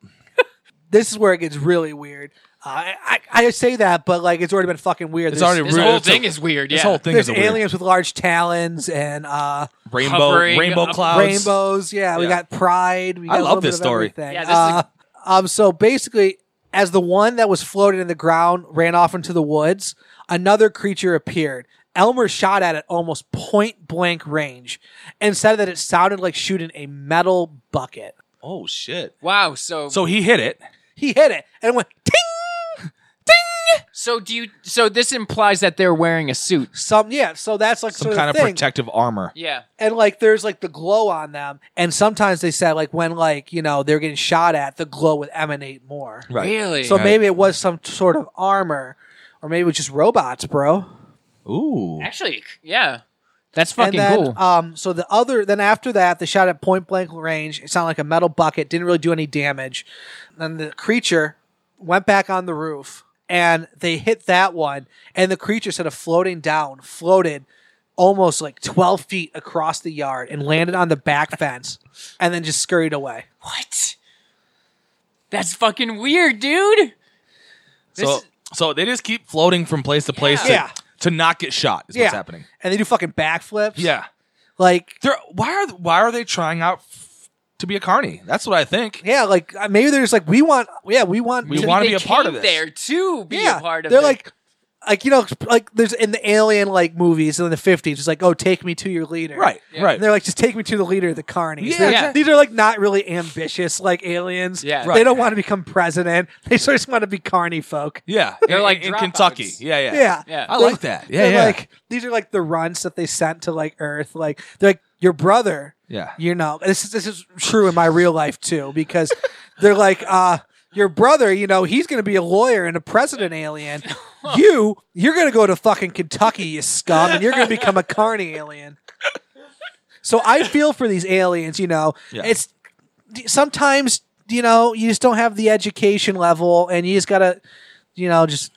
[SPEAKER 2] this is where it gets really weird. Uh, I, I I say that, but like it's already been fucking weird.
[SPEAKER 3] It's
[SPEAKER 2] There's-
[SPEAKER 3] already
[SPEAKER 4] This
[SPEAKER 3] Real-
[SPEAKER 4] whole
[SPEAKER 3] it's a-
[SPEAKER 4] thing is weird.
[SPEAKER 3] This
[SPEAKER 4] yeah.
[SPEAKER 3] whole thing
[SPEAKER 2] There's
[SPEAKER 3] is a weird.
[SPEAKER 2] aliens with large talons and uh,
[SPEAKER 3] rainbow
[SPEAKER 4] Hovering
[SPEAKER 3] rainbow
[SPEAKER 4] up-
[SPEAKER 3] clouds.
[SPEAKER 2] rainbows. Yeah, we
[SPEAKER 3] Yeah.
[SPEAKER 2] got pride. We got
[SPEAKER 3] I
[SPEAKER 2] a
[SPEAKER 3] love
[SPEAKER 2] little bit
[SPEAKER 3] this
[SPEAKER 2] of
[SPEAKER 3] story.
[SPEAKER 2] everything.
[SPEAKER 4] Yeah, this
[SPEAKER 2] Uh,
[SPEAKER 4] is-
[SPEAKER 2] um, so basically, as the one that was floating in the ground ran off into the woods, another creature appeared. Elmer shot at it almost point blank range and said that it sounded like shooting a metal bucket.
[SPEAKER 3] Oh shit!
[SPEAKER 4] Wow. So, so
[SPEAKER 3] So he hit it.
[SPEAKER 2] He hit it and it went ting.
[SPEAKER 4] so do you? So this implies that they're wearing a suit.
[SPEAKER 2] Some yeah, so that's like
[SPEAKER 3] Some
[SPEAKER 2] sort
[SPEAKER 3] kind of
[SPEAKER 2] thing.
[SPEAKER 3] protective armor.
[SPEAKER 4] Yeah.
[SPEAKER 2] and like there's like the glow on them, and sometimes they said like when like you know they're getting shot at, the glow would emanate more.
[SPEAKER 3] Right.
[SPEAKER 4] Really.
[SPEAKER 2] So
[SPEAKER 3] Right.
[SPEAKER 2] maybe it was some sort of armor, or maybe it was just robots, bro.
[SPEAKER 3] Ooh.
[SPEAKER 4] Actually, yeah. That's fucking
[SPEAKER 2] and then,
[SPEAKER 4] cool.
[SPEAKER 2] Um, so the other, then after that, they shot at point blank range. It sounded like a metal bucket. Didn't really do any damage. Then the creature went back on the roof, and they hit that one. And the creature, instead of floating down, floated almost like twelve feet across the yard and landed on the
[SPEAKER 3] [LAUGHS]
[SPEAKER 2] back fence, and then just scurried away.
[SPEAKER 4] What? That's fucking weird, dude. This
[SPEAKER 3] So
[SPEAKER 4] is-
[SPEAKER 3] so they just keep floating from place to place to,
[SPEAKER 2] Yeah.
[SPEAKER 3] to not get shot. Is
[SPEAKER 2] yeah,
[SPEAKER 3] what's happening.
[SPEAKER 2] And they do fucking backflips.
[SPEAKER 3] Yeah.
[SPEAKER 2] like
[SPEAKER 3] They're why are why are they trying out f- to be a carny? That's what I think.
[SPEAKER 2] yeah, like uh, maybe they're just like we want. Yeah, we want.
[SPEAKER 3] We
[SPEAKER 2] to-
[SPEAKER 3] wanna
[SPEAKER 4] they
[SPEAKER 3] be a part of
[SPEAKER 4] came
[SPEAKER 3] this.
[SPEAKER 4] there to be a part of.
[SPEAKER 2] they're
[SPEAKER 4] it.
[SPEAKER 2] like like you know like there's in the alien like movies in the 50s it's like oh take me to your leader
[SPEAKER 3] Right.
[SPEAKER 4] Yeah.
[SPEAKER 3] Right.
[SPEAKER 2] and they're like just take me to the leader of the carnies
[SPEAKER 3] Yeah,
[SPEAKER 2] They're-
[SPEAKER 4] yeah.
[SPEAKER 2] these are like not really ambitious like aliens
[SPEAKER 4] Yeah.
[SPEAKER 2] they
[SPEAKER 3] Right.
[SPEAKER 2] don't want to become president [LAUGHS] they sort of just want to be carny folk
[SPEAKER 3] yeah.
[SPEAKER 4] [LAUGHS] They're
[SPEAKER 3] In-
[SPEAKER 4] like
[SPEAKER 3] in, in
[SPEAKER 4] dropouts.
[SPEAKER 3] Kentucky. Yeah. Yeah.
[SPEAKER 2] yeah
[SPEAKER 4] Yeah.
[SPEAKER 3] I like that. Yeah.
[SPEAKER 2] they're
[SPEAKER 3] Yeah.
[SPEAKER 2] like these are like the runts that they sent to like earth like they're like your brother
[SPEAKER 3] yeah.
[SPEAKER 2] you know this is this is true in my real life too because [LAUGHS] they're like uh your brother you know he's gonna be a lawyer and a president alien
[SPEAKER 3] [LAUGHS]
[SPEAKER 2] you you're gonna go to fucking kentucky you scum and you're gonna become a carney alien so i feel for these aliens you know
[SPEAKER 3] Yeah.
[SPEAKER 2] it's sometimes you know you just don't have the education level and you just gotta you know just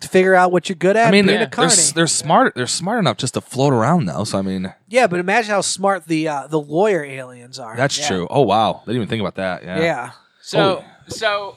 [SPEAKER 2] figure out what you're good at
[SPEAKER 3] I
[SPEAKER 2] being
[SPEAKER 3] mean, they're,
[SPEAKER 2] a
[SPEAKER 3] they're,
[SPEAKER 2] carney
[SPEAKER 3] s- they're smart. They're smart enough just to float around, though. So I mean,
[SPEAKER 2] yeah but imagine how smart the uh, the lawyer aliens are
[SPEAKER 3] that's true. Oh wow, they didn't even think about that. Yeah.
[SPEAKER 2] yeah
[SPEAKER 4] so
[SPEAKER 3] oh.
[SPEAKER 4] so.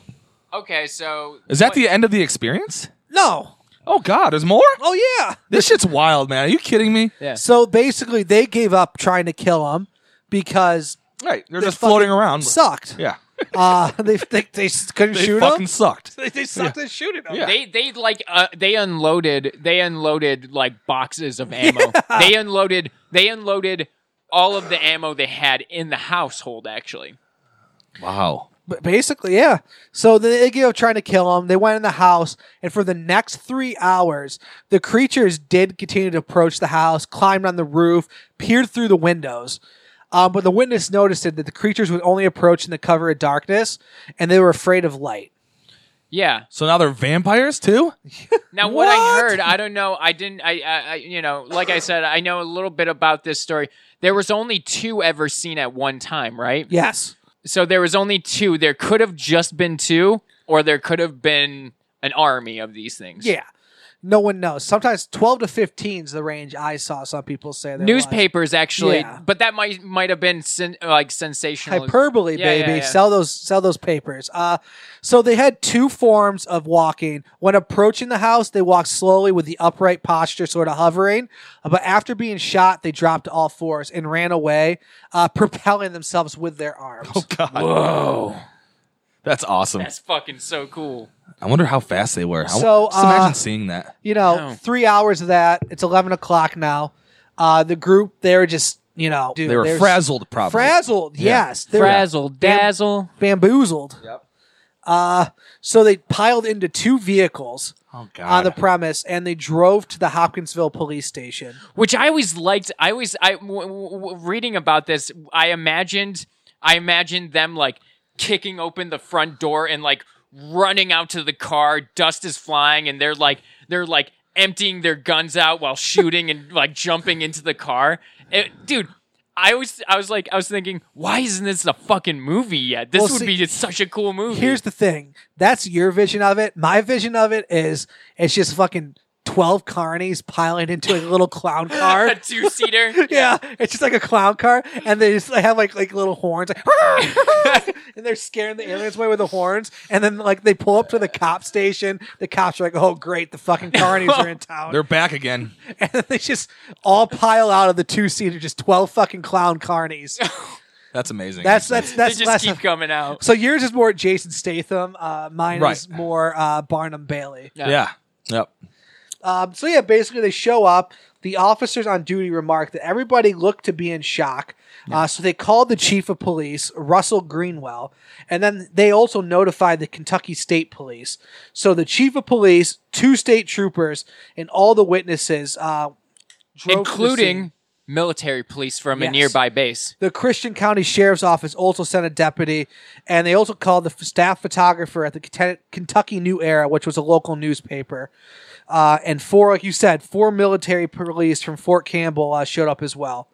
[SPEAKER 4] Okay, so
[SPEAKER 3] Is that
[SPEAKER 4] what-
[SPEAKER 3] the end of the experience?
[SPEAKER 2] no
[SPEAKER 3] Oh God, there's more.
[SPEAKER 2] Oh yeah.
[SPEAKER 3] This shit's wild, man. Are you kidding me?
[SPEAKER 4] Yeah.
[SPEAKER 2] So basically, they gave up trying to kill him because
[SPEAKER 3] Right. They're
[SPEAKER 2] they
[SPEAKER 3] just floating
[SPEAKER 2] fucking
[SPEAKER 3] around.
[SPEAKER 2] Sucked.
[SPEAKER 3] Yeah. [LAUGHS]
[SPEAKER 2] Uh, [LAUGHS] they, they they s- couldn't
[SPEAKER 3] They
[SPEAKER 2] shoot
[SPEAKER 3] fucking
[SPEAKER 2] him.
[SPEAKER 3] sucked.
[SPEAKER 2] They, they sucked at shooting him.
[SPEAKER 3] Yeah.
[SPEAKER 4] They they like uh, they unloaded they unloaded like boxes
[SPEAKER 2] [LAUGHS]
[SPEAKER 4] of ammo. They unloaded they unloaded all of the ammo they had in the household actually.
[SPEAKER 3] Wow.
[SPEAKER 2] But basically, yeah. So they, they gave up trying to kill him. They went in the house, and for the next three hours, the creatures did continue to approach the house, climbed on the roof, peered through the windows. Um, but the witness noticed it, that the creatures would only approach in the cover of darkness, and they were afraid of light.
[SPEAKER 4] Yeah.
[SPEAKER 3] So now they're vampires too.
[SPEAKER 4] Now what, I
[SPEAKER 2] What?
[SPEAKER 4] heard, I don't know. I didn't. I, I, I, you know, like I said, I know a little bit about this story. There was only two ever seen at one time, right?
[SPEAKER 2] Yes.
[SPEAKER 4] So there was only two. There could have just been two, or there could have been an army of these things.
[SPEAKER 2] Yeah. No one knows. Sometimes 12 to 15 is the range I saw some people say. there was.
[SPEAKER 4] Newspapers actually,
[SPEAKER 2] Yeah.
[SPEAKER 4] but that might might have been sen- like sensational.
[SPEAKER 2] hyperbole
[SPEAKER 4] Yeah,
[SPEAKER 2] baby
[SPEAKER 4] yeah, yeah.
[SPEAKER 2] sell those sell those papers uh so they had two forms of walking when approaching the house they walked slowly with the upright posture sort of hovering Uh, but after being shot they dropped to all fours and ran away uh [LAUGHS] propelling themselves with their arms
[SPEAKER 3] Oh, God. Whoa. That's awesome.
[SPEAKER 4] That's fucking so cool.
[SPEAKER 3] I wonder how fast they were. I w-
[SPEAKER 2] So,
[SPEAKER 3] just imagine
[SPEAKER 2] uh,
[SPEAKER 3] seeing that.
[SPEAKER 2] you know
[SPEAKER 4] No.
[SPEAKER 2] three hours of that it's 11 o'clock now uh the group they were just you know dude,
[SPEAKER 3] They were
[SPEAKER 2] they're
[SPEAKER 3] frazzled, probably.
[SPEAKER 2] frazzled
[SPEAKER 3] Yeah.
[SPEAKER 2] yes They were- Bam-
[SPEAKER 4] dazzle.
[SPEAKER 2] bamboozled
[SPEAKER 3] Yep.
[SPEAKER 2] uh so they piled into two vehicles
[SPEAKER 3] Oh
[SPEAKER 2] on
[SPEAKER 3] God.
[SPEAKER 2] the premise and they drove to the Hopkinsville police station.
[SPEAKER 4] which I always liked. I always I w- w- w- reading about this. I imagined I imagined them like kicking open the front door and like running out to the car. Dust is flying, and they're like they're like emptying their guns out while shooting and like jumping into the car. It- dude. I was, I was like, I was thinking, why isn't this a fucking movie yet? This
[SPEAKER 2] Well,
[SPEAKER 4] would
[SPEAKER 2] see-
[SPEAKER 4] be just such a cool movie. [LAUGHS]
[SPEAKER 2] Here's the thing. That's your vision of it. My vision of it is it's just fucking 12 carnies piling into a little
[SPEAKER 3] [LAUGHS]
[SPEAKER 2] clown
[SPEAKER 4] a
[SPEAKER 2] car.
[SPEAKER 4] two seater.
[SPEAKER 2] [LAUGHS] Yeah, it's just like a clown car, and they just they have like like little horns,
[SPEAKER 3] [LAUGHS]
[SPEAKER 2] like, [LAUGHS] and they're scaring the aliens away with the horns. And then like they pull up to the cop station. The cops are like, "Oh, great, the fucking carnies are
[SPEAKER 3] [LAUGHS]
[SPEAKER 2] in town."
[SPEAKER 3] They're back again.
[SPEAKER 2] [LAUGHS] and then they just all pile out of the two seater, just twelve fucking clown carnies.
[SPEAKER 3] That's amazing.
[SPEAKER 2] That's that's
[SPEAKER 4] [LAUGHS] they
[SPEAKER 2] that's
[SPEAKER 4] just
[SPEAKER 2] that's
[SPEAKER 4] keep coming out.
[SPEAKER 2] So yours is more Jason Statham. Uh, mine
[SPEAKER 3] Right.
[SPEAKER 2] is more uh, Barnum Bailey.
[SPEAKER 3] yeah. Yep.
[SPEAKER 2] Um, so yeah, basically they show up. The officers on duty remark that everybody looked to be in shock. Uh, so they called the chief of police, Russell Greenwell, and then they also notified the Kentucky State Police. So the chief of police, two state troopers, and all the witnesses, uh, drove to the scene.
[SPEAKER 4] including military police from
[SPEAKER 2] Yes.
[SPEAKER 4] a nearby base.
[SPEAKER 2] The Christian County Sheriff's Office also sent a deputy, and they also called the f- staff photographer at the Kent- Kentucky New Era, which was a local newspaper. Uh, and four, like you said, four military police from Fort Campbell uh, showed up as well.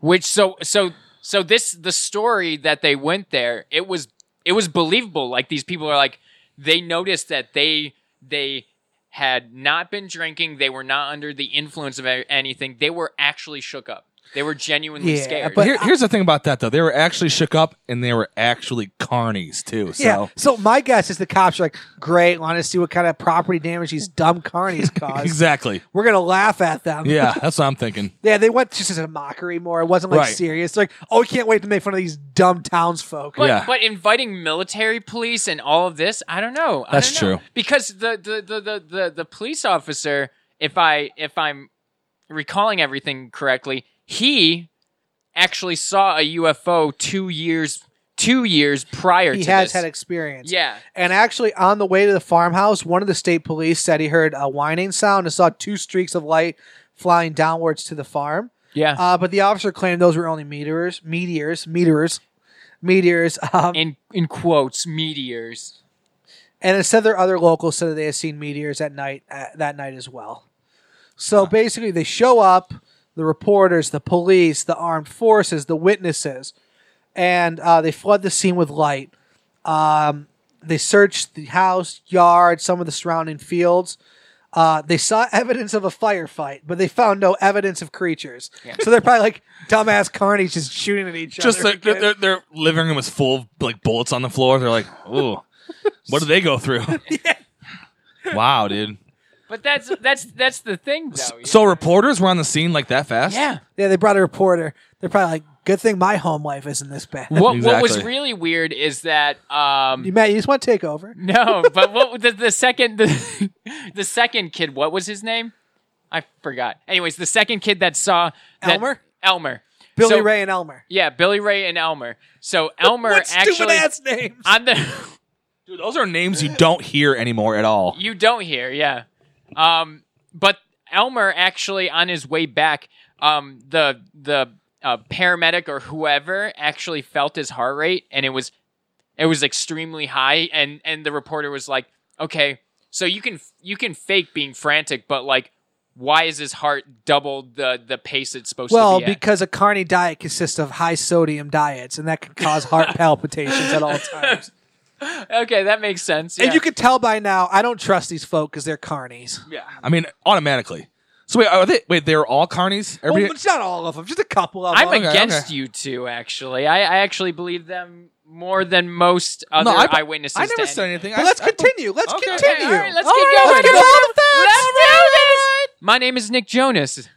[SPEAKER 4] Which so so so this the story that they went there. It was it was believable. Like these people are like they noticed that they they had not been drinking. They were not under the influence of a- anything. They were actually shook up. They were genuinely
[SPEAKER 2] Yeah,
[SPEAKER 4] scared.
[SPEAKER 3] But
[SPEAKER 2] But
[SPEAKER 3] here, here's the thing about that though. They were actually shook up and they were actually carnies too. So
[SPEAKER 2] Yeah. So my guess is the cops are like, "Great, want to see what kind of property damage these dumb
[SPEAKER 3] [LAUGHS]
[SPEAKER 2] carnies caused?
[SPEAKER 3] [LAUGHS] exactly.
[SPEAKER 2] We're gonna laugh at them."
[SPEAKER 3] Yeah, that's what I'm thinking.
[SPEAKER 2] [LAUGHS] Yeah, they went just as a mockery more. It wasn't like
[SPEAKER 3] Right.
[SPEAKER 2] serious. Like, oh, we can't wait to make fun of these dumb townsfolk.
[SPEAKER 4] But,
[SPEAKER 3] Yeah.
[SPEAKER 4] but inviting military police and all of this, I don't know. I
[SPEAKER 3] That's
[SPEAKER 4] don't know.
[SPEAKER 3] true.
[SPEAKER 4] Because the the, the, the, the the police officer, if I if I'm recalling everything correctly, he actually saw a UFO two years two years prior
[SPEAKER 2] he
[SPEAKER 4] to
[SPEAKER 2] has
[SPEAKER 4] this.
[SPEAKER 2] had experience.
[SPEAKER 4] yeah.
[SPEAKER 2] And actually, on the way to the farmhouse, one of the state police said he heard a whining sound and saw two streaks of light flying downwards to the farm.
[SPEAKER 4] Yeah.
[SPEAKER 2] Uh, but the officer claimed those were only meteors, meteors, meteors, meteors. [LAUGHS] Um,
[SPEAKER 4] in in quotes, meteors.
[SPEAKER 2] and instead, their other locals said that they had seen meteors at night uh, that night as well. So basically, they show up, the reporters, the police, the armed forces, the witnesses, and uh, they flood the scene with light. Um, they searched the house, yard, some of the surrounding fields. Uh, they saw [LAUGHS] evidence of a firefight, but they found no evidence of creatures. So they're probably like dumbass carnies just shooting at each
[SPEAKER 3] Just
[SPEAKER 2] other.
[SPEAKER 3] like their, their, their living room is full of like bullets on the floor. They're
[SPEAKER 2] [LAUGHS]
[SPEAKER 3] like, ooh, what do they go through? Wow, dude.
[SPEAKER 2] Oh,
[SPEAKER 4] But that's that's that's the thing though. you
[SPEAKER 3] So
[SPEAKER 4] know?
[SPEAKER 3] reporters were on the scene like that fast.
[SPEAKER 4] yeah.
[SPEAKER 2] yeah, they brought a reporter. They're probably like, good thing my home life isn't this bad.
[SPEAKER 4] What what was
[SPEAKER 3] Exactly.
[SPEAKER 4] really weird is that um
[SPEAKER 2] You, Matt, you just want to take over?
[SPEAKER 4] No, but what the, the second the, [LAUGHS] the second kid? What was his name? I forgot. Anyways, the second kid that saw that-
[SPEAKER 2] Elmer?
[SPEAKER 4] Elmer,
[SPEAKER 2] Billy
[SPEAKER 4] So-
[SPEAKER 2] Ray and Elmer.
[SPEAKER 4] Yeah, Billy Ray and Elmer. So Elmer
[SPEAKER 2] What stupid
[SPEAKER 4] actually
[SPEAKER 2] ass names?
[SPEAKER 4] on the [LAUGHS]
[SPEAKER 3] dude. Those are names you don't hear anymore at all.
[SPEAKER 4] you don't hear, yeah. Um, but Elmer actually on his way back, um, the the a paramedic or whoever actually felt his heart rate, and it was it was extremely high. And and the reporter was like, "Okay, so you can you can fake being frantic, but like, why is his heart double the the pace it's supposed
[SPEAKER 2] Well,
[SPEAKER 4] to be?" at?"
[SPEAKER 2] because a carney diet consists of high sodium diets, and that can cause heart palpitations at all times.
[SPEAKER 4] [LAUGHS] okay, that makes sense.
[SPEAKER 2] And
[SPEAKER 4] yeah.
[SPEAKER 2] you can tell by now, I don't trust these folk because they're carnies.
[SPEAKER 3] I mean, automatically. So wait, are they? Wait, they're all carnies.
[SPEAKER 2] Well,
[SPEAKER 3] Every,
[SPEAKER 2] it's not all of them, just a couple of
[SPEAKER 4] I'm
[SPEAKER 2] them.
[SPEAKER 3] okay,
[SPEAKER 4] against
[SPEAKER 3] okay.
[SPEAKER 4] you two. Actually, I, I actually believe them more than most other
[SPEAKER 3] I-
[SPEAKER 4] eyewitnesses.
[SPEAKER 3] I never
[SPEAKER 4] to
[SPEAKER 3] said anything.
[SPEAKER 4] anything.
[SPEAKER 2] But
[SPEAKER 3] I-
[SPEAKER 2] let's
[SPEAKER 3] I-
[SPEAKER 2] continue. Let's
[SPEAKER 3] Okay.
[SPEAKER 2] continue.
[SPEAKER 4] Okay, all right, let's
[SPEAKER 2] All
[SPEAKER 4] get
[SPEAKER 2] right,
[SPEAKER 4] going.
[SPEAKER 2] Let's get
[SPEAKER 4] Let's
[SPEAKER 2] all the facts.
[SPEAKER 4] Let's do this. My name is Nick Jonas.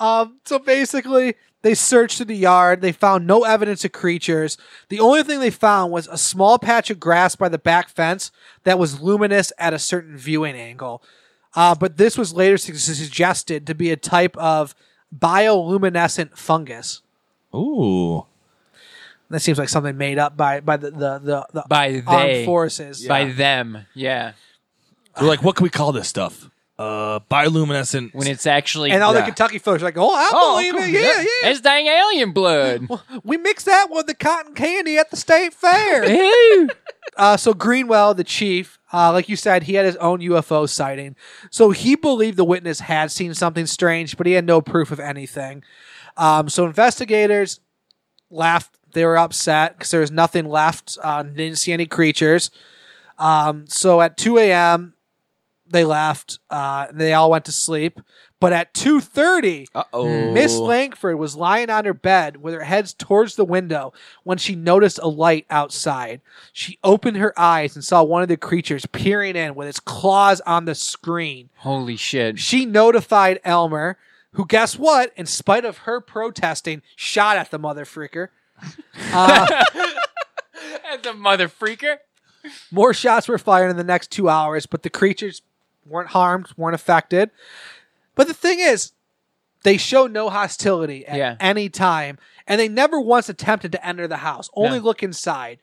[SPEAKER 2] Um, so basically, they searched the yard. They found no evidence of creatures. The only thing they found was a small patch of grass by the back fence that was luminous at a certain viewing angle. Uh, but this was later su- suggested to be a type of bioluminescent fungus.
[SPEAKER 3] Ooh.
[SPEAKER 2] That seems like something made up by by the the the, the
[SPEAKER 4] By
[SPEAKER 2] armed
[SPEAKER 4] they.
[SPEAKER 2] forces.
[SPEAKER 4] By them, yeah.
[SPEAKER 3] They're like, what can we call this stuff? Uh, bioluminescent.
[SPEAKER 4] When it's actually
[SPEAKER 2] and all the
[SPEAKER 3] Yeah.
[SPEAKER 2] Kentucky folks are like, "Oh, I
[SPEAKER 3] Oh,
[SPEAKER 2] believe
[SPEAKER 3] cool,
[SPEAKER 2] it. Yeah,
[SPEAKER 3] yeah.
[SPEAKER 2] yeah,
[SPEAKER 4] it's dang alien blood. [LAUGHS]
[SPEAKER 2] We mixed that with the cotton candy at the state
[SPEAKER 4] [LAUGHS]
[SPEAKER 2] fair." Uh, so Greenwell, the chief, uh, like you said, he had his own UFO sighting. So he believed the witness had seen something strange, but he had no proof of anything. Um, so investigators laughed. They were upset because there was nothing left. Uh, they didn't see any creatures. Um, so at 2 a.m., they left. Uh, and they all went to sleep. But at 2.30,
[SPEAKER 3] Uh
[SPEAKER 2] Mm. Miss
[SPEAKER 3] oh.
[SPEAKER 2] Langford was lying on her bed with her head towards the window when she noticed a light outside. She opened her eyes and saw one of the creatures peering in with its claws on the screen. [LAUGHS]
[SPEAKER 4] Holy shit!
[SPEAKER 2] She notified Elmer, who, guess what? In spite of her protesting, shot at the mother freaker.
[SPEAKER 4] That's a mother freaker.
[SPEAKER 2] More shots were fired in the next two hours, but the creatures weren't harmed, weren't affected. But the thing is, they show no hostility at
[SPEAKER 4] Yeah.
[SPEAKER 2] any time, and they never once attempted to enter the house, only
[SPEAKER 4] No.
[SPEAKER 2] look inside.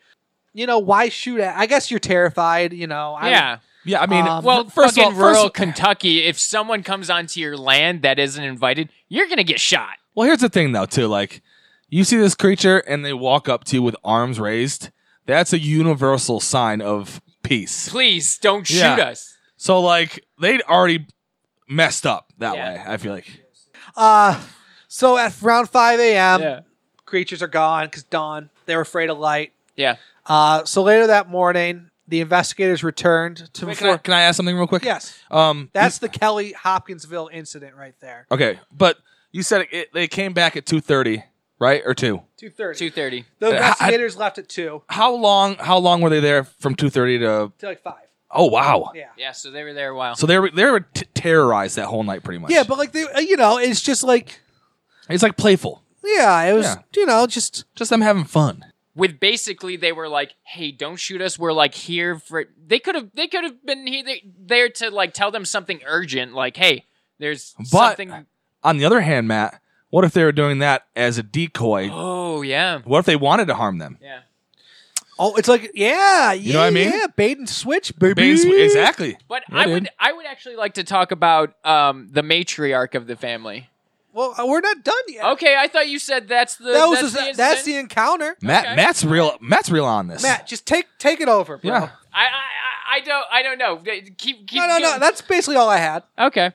[SPEAKER 2] You know, why shoot at? I guess you're terrified, you know. I,
[SPEAKER 4] yeah.
[SPEAKER 3] Yeah, I mean,
[SPEAKER 2] Um,
[SPEAKER 4] Well,
[SPEAKER 3] first of
[SPEAKER 4] fucking
[SPEAKER 3] all, first-
[SPEAKER 4] rural Kentucky. If someone comes onto your land that isn't invited, you're gonna get shot.
[SPEAKER 3] well, here's the thing though, too. Like, you see this creature and they walk up to you with arms raised. That's a universal sign of peace.
[SPEAKER 4] Please don't shoot
[SPEAKER 3] Yeah.
[SPEAKER 4] us.
[SPEAKER 3] So like they'd already messed up that
[SPEAKER 4] Yeah.
[SPEAKER 3] way. I feel like.
[SPEAKER 2] Uh, so at around 5 a.m.,
[SPEAKER 4] yeah.
[SPEAKER 2] creatures are gone because dawn, they were afraid of light.
[SPEAKER 4] Yeah.
[SPEAKER 2] Uh, so later that morning, the investigators returned to
[SPEAKER 3] Wait, can, I,
[SPEAKER 2] before.
[SPEAKER 3] can I ask something real quick?
[SPEAKER 2] Yes,
[SPEAKER 3] Um.
[SPEAKER 2] that's the Kelly Hopkinsville incident right there.
[SPEAKER 3] okay, but you said it, it, they came back at two thirty, right or two?
[SPEAKER 2] Two thirty.
[SPEAKER 4] Two thirty.
[SPEAKER 2] The
[SPEAKER 3] I-
[SPEAKER 2] investigators left at two
[SPEAKER 3] How long? How long were they there from two thirty to?
[SPEAKER 2] to like five.
[SPEAKER 3] Oh wow!
[SPEAKER 2] Yeah.
[SPEAKER 4] Yeah. So they were there a while.
[SPEAKER 3] So they were they were t- terrorized that whole night, pretty much.
[SPEAKER 2] Yeah, but like they, uh, you know, it's just like
[SPEAKER 3] it's like playful,
[SPEAKER 2] yeah, it was
[SPEAKER 3] Yeah.
[SPEAKER 2] you know just
[SPEAKER 3] just them having fun.
[SPEAKER 4] with basically they were like, "Hey, don't shoot us. We're like here for." They could have they could have been here they, there to like tell them something urgent, like, "Hey, there's
[SPEAKER 3] But
[SPEAKER 4] something."
[SPEAKER 3] on the other hand, Matt, what if they were doing that as a decoy?
[SPEAKER 4] Oh yeah,
[SPEAKER 3] What if they wanted to harm them?
[SPEAKER 4] yeah.
[SPEAKER 2] oh, it's like yeah, you yeah,
[SPEAKER 3] know what I mean?
[SPEAKER 2] Yeah, bait and switch, baby.
[SPEAKER 3] Bane sw- Exactly.
[SPEAKER 4] But
[SPEAKER 3] Yeah,
[SPEAKER 4] I
[SPEAKER 3] dude.
[SPEAKER 4] would I would actually like to talk about um the matriarch of the family.
[SPEAKER 2] Well, uh, we're not done yet.
[SPEAKER 4] Okay, I thought you said that's the
[SPEAKER 2] that was
[SPEAKER 4] that's,
[SPEAKER 2] that's,
[SPEAKER 4] the,
[SPEAKER 2] that's the
[SPEAKER 4] incident.
[SPEAKER 2] encounter.
[SPEAKER 3] Matt,
[SPEAKER 4] Okay.
[SPEAKER 3] Matt's real. Matt's real on this.
[SPEAKER 2] Matt, just take take it over, bro.
[SPEAKER 3] Yeah.
[SPEAKER 4] I, I I I don't I don't know. They- Keep keep
[SPEAKER 2] No, no, no.
[SPEAKER 4] keep-
[SPEAKER 2] That's basically all I had.
[SPEAKER 4] okay.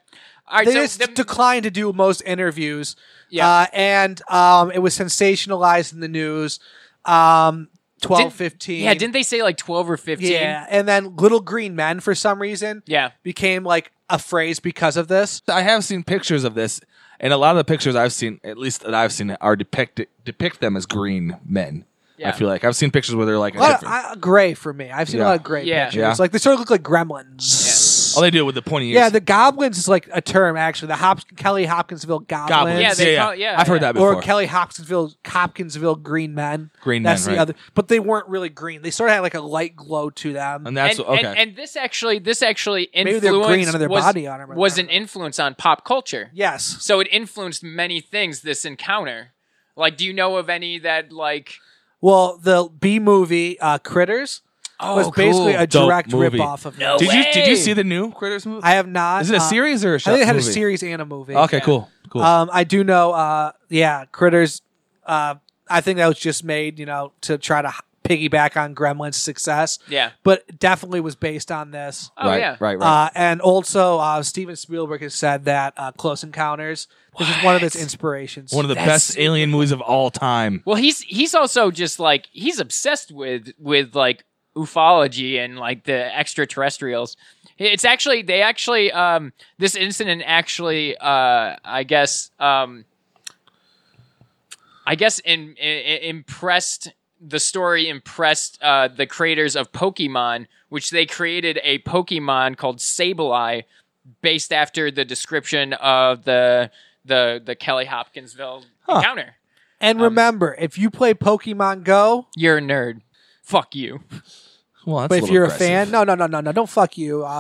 [SPEAKER 4] All right,
[SPEAKER 2] They
[SPEAKER 4] so
[SPEAKER 2] just
[SPEAKER 4] the-
[SPEAKER 2] declined to do most interviews.
[SPEAKER 4] Yeah.
[SPEAKER 2] Uh, and um, it was sensationalized in the news. Um, twelve
[SPEAKER 4] didn't-
[SPEAKER 2] fifteen.
[SPEAKER 4] Yeah, didn't they say like twelve or fifteen?
[SPEAKER 2] Yeah, and then little green men for some reason
[SPEAKER 4] Yeah.
[SPEAKER 2] became like a phrase because of this.
[SPEAKER 3] I have seen pictures of this, and a lot of the pictures I've seen, at least that I've seen, are depict depict them as green men.
[SPEAKER 4] Yeah.
[SPEAKER 3] I feel like I've seen pictures where they're like, a
[SPEAKER 2] A lot of,
[SPEAKER 3] different-
[SPEAKER 2] uh, gray for me. I've seen a
[SPEAKER 3] Yeah.
[SPEAKER 2] lot of gray
[SPEAKER 4] Yeah.
[SPEAKER 2] pictures.
[SPEAKER 3] Yeah.
[SPEAKER 2] Like they sort of look like gremlins.
[SPEAKER 3] all Oh, they do with the pointy ears.
[SPEAKER 2] Yeah, the goblins is like a term actually. The Hop- Kelly Hopkinsville goblins.
[SPEAKER 3] goblins.
[SPEAKER 4] Yeah,
[SPEAKER 3] Yeah,
[SPEAKER 4] they
[SPEAKER 3] yeah.
[SPEAKER 4] call- yeah,
[SPEAKER 3] I've heard
[SPEAKER 4] yeah.
[SPEAKER 3] that
[SPEAKER 2] Or
[SPEAKER 3] before.
[SPEAKER 2] Kelly Hopkinsville, Hopkinsville Green Men.
[SPEAKER 3] Green
[SPEAKER 2] That's
[SPEAKER 3] men,
[SPEAKER 2] the
[SPEAKER 3] right.
[SPEAKER 2] other, but they weren't really green. They sort of had like a light glow to them.
[SPEAKER 3] and that's
[SPEAKER 4] and,
[SPEAKER 3] okay.
[SPEAKER 4] and, and this actually this actually
[SPEAKER 2] Maybe
[SPEAKER 4] influenced
[SPEAKER 2] they're green under their
[SPEAKER 4] was,
[SPEAKER 2] body armor. I
[SPEAKER 4] was
[SPEAKER 2] don't
[SPEAKER 4] an
[SPEAKER 2] know.
[SPEAKER 4] influence on pop culture.
[SPEAKER 2] yes,
[SPEAKER 4] So it influenced many things. This encounter, like, do you know of any that like?
[SPEAKER 2] well, the B movie uh, Critters
[SPEAKER 4] Oh,
[SPEAKER 2] was basically
[SPEAKER 4] cool.
[SPEAKER 2] a
[SPEAKER 3] Dope
[SPEAKER 2] direct
[SPEAKER 3] movie.
[SPEAKER 2] rip off of
[SPEAKER 4] No
[SPEAKER 2] that.
[SPEAKER 3] Did you did you
[SPEAKER 4] way.
[SPEAKER 3] see the new Critters movie?
[SPEAKER 2] I have not.
[SPEAKER 3] Is it a
[SPEAKER 2] uh,
[SPEAKER 3] series or a
[SPEAKER 2] I
[SPEAKER 3] short
[SPEAKER 2] think it had
[SPEAKER 3] movie?
[SPEAKER 2] a series and a movie.
[SPEAKER 3] Okay, cool, cool.
[SPEAKER 2] Um, I do know. Uh, yeah, Critters. Uh, I think that was just made, you know, to try to h- piggyback on Gremlin's success,
[SPEAKER 4] yeah.
[SPEAKER 2] but definitely was based on this.
[SPEAKER 4] Oh
[SPEAKER 3] right,
[SPEAKER 4] yeah.
[SPEAKER 3] right, right.
[SPEAKER 2] Uh, and also, uh, Steven Spielberg has said that uh, Close Encounters this is one of its inspirations.
[SPEAKER 3] One of the
[SPEAKER 4] that's-
[SPEAKER 3] best alien movies of all time.
[SPEAKER 4] [LAUGHS] Well, he's he's also just like he's obsessed with with like ufology and like the extraterrestrials. It's actually they actually um this incident actually uh I guess um I guess in, in, impressed the story impressed uh the creators of Pokemon, which they created a Pokemon called Sableye based after the description of the the the Kelly Hopkinsville encounter.
[SPEAKER 2] and remember, if you play Pokemon Go,
[SPEAKER 4] You're a nerd. Fuck you.
[SPEAKER 3] Well, that's
[SPEAKER 2] but
[SPEAKER 3] a
[SPEAKER 2] if
[SPEAKER 3] little
[SPEAKER 2] you're
[SPEAKER 3] aggressive.
[SPEAKER 2] a fan, no, no, no, no, no, don't fuck you.
[SPEAKER 3] [LAUGHS]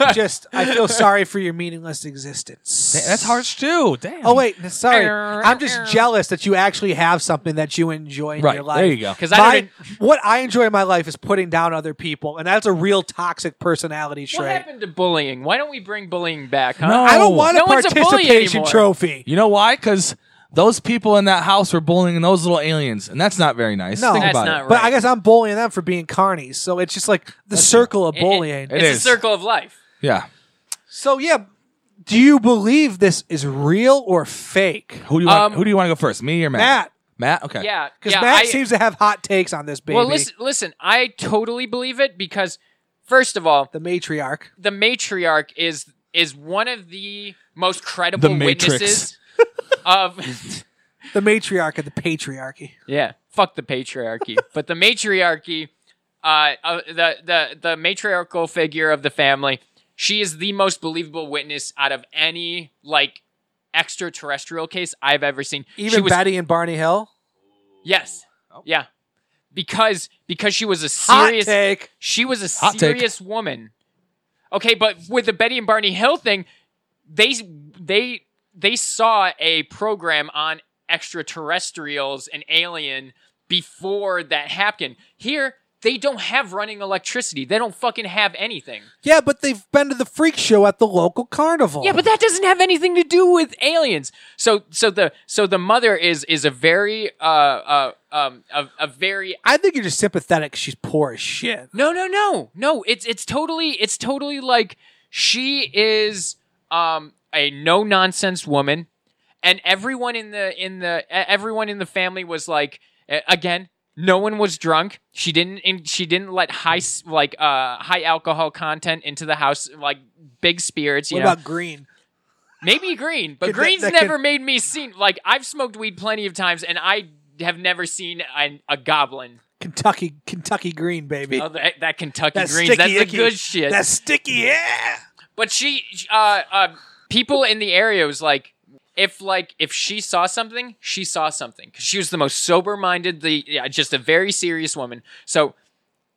[SPEAKER 2] Uh, just I feel sorry for your meaningless existence.
[SPEAKER 3] Th- that's harsh too. Damn.
[SPEAKER 2] Oh wait, n- sorry. I'm just jealous that you actually have something that you enjoy in
[SPEAKER 3] Right
[SPEAKER 2] your life.
[SPEAKER 3] there you go.
[SPEAKER 4] Because I
[SPEAKER 2] My,
[SPEAKER 4] don't.
[SPEAKER 2] what I enjoy in my life is putting down other people, and that's a real toxic personality
[SPEAKER 4] What
[SPEAKER 2] trait.
[SPEAKER 4] happened to bullying? Why don't we bring bullying back? Huh?
[SPEAKER 3] No.
[SPEAKER 2] I don't want a
[SPEAKER 4] No one's a bully
[SPEAKER 2] participation
[SPEAKER 4] anymore.
[SPEAKER 2] trophy.
[SPEAKER 3] You know why? Because those people in that house were bullying those little aliens, and that's not very nice.
[SPEAKER 2] No.
[SPEAKER 3] Think
[SPEAKER 2] That's
[SPEAKER 3] about
[SPEAKER 4] not
[SPEAKER 3] it.
[SPEAKER 2] But I
[SPEAKER 4] Right.
[SPEAKER 2] guess I'm bullying them for being carnies. So it's just like the circle of
[SPEAKER 4] It- it-
[SPEAKER 2] bullying.
[SPEAKER 3] it
[SPEAKER 4] it's
[SPEAKER 3] is.
[SPEAKER 4] a circle of life.
[SPEAKER 3] Yeah.
[SPEAKER 2] so yeah, do you believe this is real or fake?
[SPEAKER 3] Who do you want?
[SPEAKER 4] Um,
[SPEAKER 3] who do you want to go first? Me or Matt?
[SPEAKER 2] Matt.
[SPEAKER 3] Matt. Okay.
[SPEAKER 4] Yeah.
[SPEAKER 2] Because
[SPEAKER 4] yeah,
[SPEAKER 2] Matt
[SPEAKER 4] I-
[SPEAKER 2] seems to have hot takes on this baby.
[SPEAKER 4] Well, listen. Listen. I totally believe it because, first of all,
[SPEAKER 2] the matriarch.
[SPEAKER 4] the matriarch is is one of the most credible
[SPEAKER 3] The Matrix.
[SPEAKER 4] witnesses
[SPEAKER 2] [LAUGHS]
[SPEAKER 4] of.
[SPEAKER 2] The matriarch of the patriarchy.
[SPEAKER 4] yeah. Fuck the patriarchy.
[SPEAKER 2] [LAUGHS]
[SPEAKER 4] but the matriarchy, uh, uh, the the the matriarchal figure of the family, she is the most believable witness out of any like extraterrestrial case I've ever seen. she
[SPEAKER 2] Even
[SPEAKER 4] was
[SPEAKER 2] Betty and Barney Hill.
[SPEAKER 4] Yes. Yeah. Because because she was a
[SPEAKER 2] Hot
[SPEAKER 4] serious
[SPEAKER 2] take.
[SPEAKER 4] she was a
[SPEAKER 3] Hot take.
[SPEAKER 4] serious woman. Okay, but with the Betty and Barney Hill thing, they they they saw a program on extraterrestrials and alien before that happened. Here, they don't have running electricity. They don't fucking have anything.
[SPEAKER 2] Yeah, but they've been to the freak show at the local carnival.
[SPEAKER 4] Yeah, but that doesn't have anything to do with aliens. So so the so the mother is is a very uh uh um a, a very
[SPEAKER 2] I think you're just sympathetic. 'cause She's poor as shit.
[SPEAKER 4] No, no, no, no. It's it's totally it's totally like she is um a no nonsense woman, and everyone in the in the e- everyone in the family was like a- again. No one was drunk. She didn't. In, she didn't let high s- like uh high alcohol content into the house. Like big spirits. You
[SPEAKER 2] What
[SPEAKER 4] know,
[SPEAKER 2] about Green?
[SPEAKER 4] maybe green, but
[SPEAKER 2] Could that-
[SPEAKER 4] green's
[SPEAKER 2] that
[SPEAKER 4] never
[SPEAKER 2] could-
[SPEAKER 4] made me seen. Like I've smoked weed plenty of times, and I have never seen an, a goblin.
[SPEAKER 2] Kentucky, Kentucky Green, baby.
[SPEAKER 4] Oh, that, that Kentucky
[SPEAKER 2] That's
[SPEAKER 4] greens.
[SPEAKER 2] sticky
[SPEAKER 4] That's the
[SPEAKER 2] icky.
[SPEAKER 4] good shit.
[SPEAKER 2] That's sticky. Yeah.
[SPEAKER 4] But she, uh, uh, people in the area was like, if like if she saw something, she saw something 'Cause she was the most sober minded, the yeah, just a very serious woman. So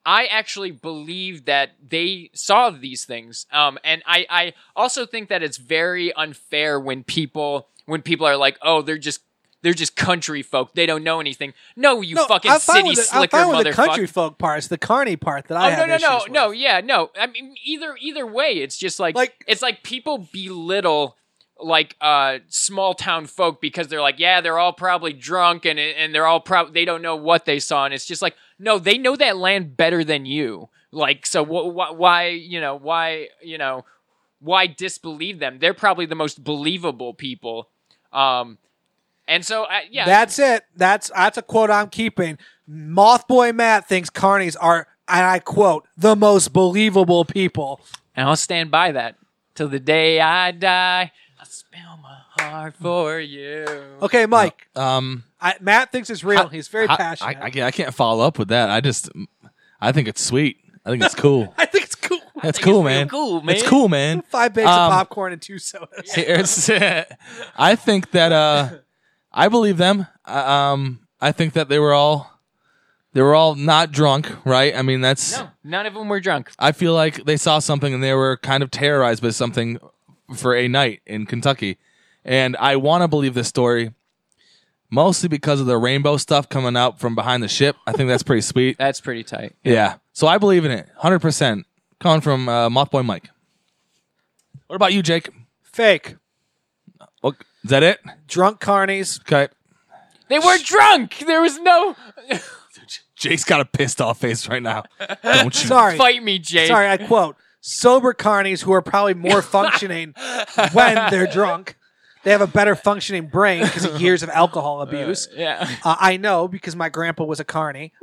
[SPEAKER 4] I actually believe that they saw these things, um, and I I also think that it's very unfair when people when people are like, oh, they're just. They're just country folk. They don't know anything. No, you fucking
[SPEAKER 2] I'm fine
[SPEAKER 4] city
[SPEAKER 2] with the, I'm
[SPEAKER 4] slicker
[SPEAKER 2] fine with the
[SPEAKER 4] motherfucker.
[SPEAKER 2] country folk part. It's the carny part that I
[SPEAKER 4] Oh no
[SPEAKER 2] have
[SPEAKER 4] no no
[SPEAKER 2] issues with.
[SPEAKER 4] no yeah no I mean either either way it's just like,
[SPEAKER 2] Like-
[SPEAKER 4] it's like people belittle like uh small town folk because they're like yeah they're all probably drunk and and they're all prob they don't know what they saw and it's just like no they know that land better than you like so wh- wh- why you know why you know why disbelieve them they're probably the most believable people um and so I, yeah
[SPEAKER 2] That's it. That's that's a quote I'm keeping. Mothboy Matt thinks carnies are, and I quote, the most believable people.
[SPEAKER 4] And I'll stand by that till the day I die. I'll spill my heart for you.
[SPEAKER 2] Okay, Mike.
[SPEAKER 3] Um.
[SPEAKER 2] I, Matt thinks it's real. He's very
[SPEAKER 3] I-
[SPEAKER 2] passionate.
[SPEAKER 3] I, I, I can't follow up with that. I just, I think it's sweet. I think it's
[SPEAKER 4] [LAUGHS]
[SPEAKER 3] cool.
[SPEAKER 2] [LAUGHS] I think it's cool.
[SPEAKER 3] [LAUGHS] That's
[SPEAKER 4] think it's
[SPEAKER 3] cool,
[SPEAKER 4] real
[SPEAKER 3] man.
[SPEAKER 4] cool,
[SPEAKER 3] It's
[SPEAKER 4] man.
[SPEAKER 3] cool, man.
[SPEAKER 2] Five bags of
[SPEAKER 3] Um,
[SPEAKER 2] popcorn and two sodas.
[SPEAKER 3] It's- [LAUGHS] I think that uh, I believe them. I- Um, I think that they were all, they were all not drunk, right? I mean, that's.
[SPEAKER 4] No, none of them were drunk.
[SPEAKER 3] I feel like they saw something and they were kind of terrorized by something for a night in Kentucky. And I want to believe this story mostly because of the rainbow stuff coming out from behind the ship. I think that's pretty sweet.
[SPEAKER 4] [LAUGHS] That's pretty tight.
[SPEAKER 3] Yeah. So I believe in it, hundred percent. Coming from uh, Mothboy Mike. What about you, Jake?
[SPEAKER 2] Fake.
[SPEAKER 3] What, is that it?
[SPEAKER 2] Drunk carnies.
[SPEAKER 3] Okay.
[SPEAKER 4] They were drunk. There was no
[SPEAKER 3] Jake's got a pissed off face right
[SPEAKER 2] [LAUGHS]
[SPEAKER 3] now. Don't you?
[SPEAKER 2] Sorry.
[SPEAKER 4] fight me, Jake.
[SPEAKER 2] Sorry, I quote. Sober carnies who are probably
[SPEAKER 4] [LAUGHS]
[SPEAKER 2] more functioning when they're drunk. They have a better functioning brain because
[SPEAKER 4] [LAUGHS]
[SPEAKER 2] of years of alcohol abuse.
[SPEAKER 4] Yeah. [LAUGHS]
[SPEAKER 2] Uh, I know because my grandpa was a carny.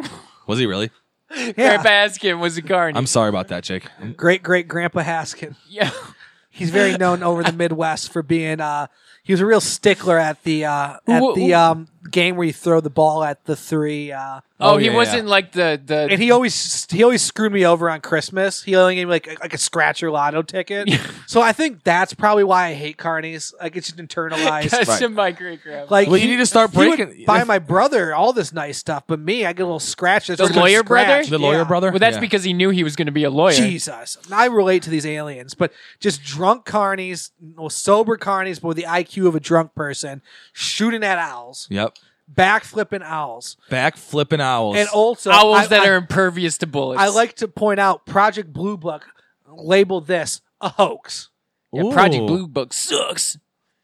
[SPEAKER 3] Was he really?
[SPEAKER 2] Yeah.
[SPEAKER 4] Grandpa Askin was a carny.
[SPEAKER 3] I'm sorry about that, Jake. I'm-
[SPEAKER 2] Great great grandpa Haskin.
[SPEAKER 4] yeah.
[SPEAKER 3] Oh,
[SPEAKER 2] He's very known over the Midwest for being. Uh, he was a real stickler at the uh, at
[SPEAKER 4] Wh-
[SPEAKER 2] the
[SPEAKER 4] wh-
[SPEAKER 2] um, game where you throw the ball at the three. Uh,
[SPEAKER 4] Oh,
[SPEAKER 3] Oh,
[SPEAKER 4] he
[SPEAKER 3] yeah,
[SPEAKER 4] wasn't
[SPEAKER 3] yeah.
[SPEAKER 4] like the the. [LAUGHS]
[SPEAKER 2] and he always he always screwed me over on Christmas. He only gave me like a, like a scratcher lotto ticket. so I think that's probably why I hate carnies. Like it's just internalized.
[SPEAKER 4] That's in my great grandpa.
[SPEAKER 2] Like
[SPEAKER 3] Well,
[SPEAKER 2] he-
[SPEAKER 3] you need to start
[SPEAKER 2] he would
[SPEAKER 3] breaking-
[SPEAKER 2] buy my brother all this nice stuff, but me, I get a little scratch. that's
[SPEAKER 4] The
[SPEAKER 2] just a
[SPEAKER 4] lawyer
[SPEAKER 2] scratch.
[SPEAKER 4] brother?
[SPEAKER 3] The lawyer
[SPEAKER 2] Yeah.
[SPEAKER 3] brother. Oh,
[SPEAKER 4] well, that's
[SPEAKER 3] Yeah.
[SPEAKER 4] because he knew he was going to be a lawyer.
[SPEAKER 2] Jesus, I relate to these aliens, but just drunk carnies, well, sober carnies, but with the IQ of a drunk person, shooting at owls,
[SPEAKER 3] Yep.
[SPEAKER 2] back flipping owls,
[SPEAKER 3] Back flipping owls.
[SPEAKER 2] and also
[SPEAKER 4] Owls
[SPEAKER 2] I,
[SPEAKER 4] that
[SPEAKER 2] I-
[SPEAKER 4] are impervious to bullets.
[SPEAKER 2] I like to point out Project Blue Book labeled this a hoax.
[SPEAKER 4] Yeah, Project
[SPEAKER 3] Ooh.
[SPEAKER 4] Blue Book sucks.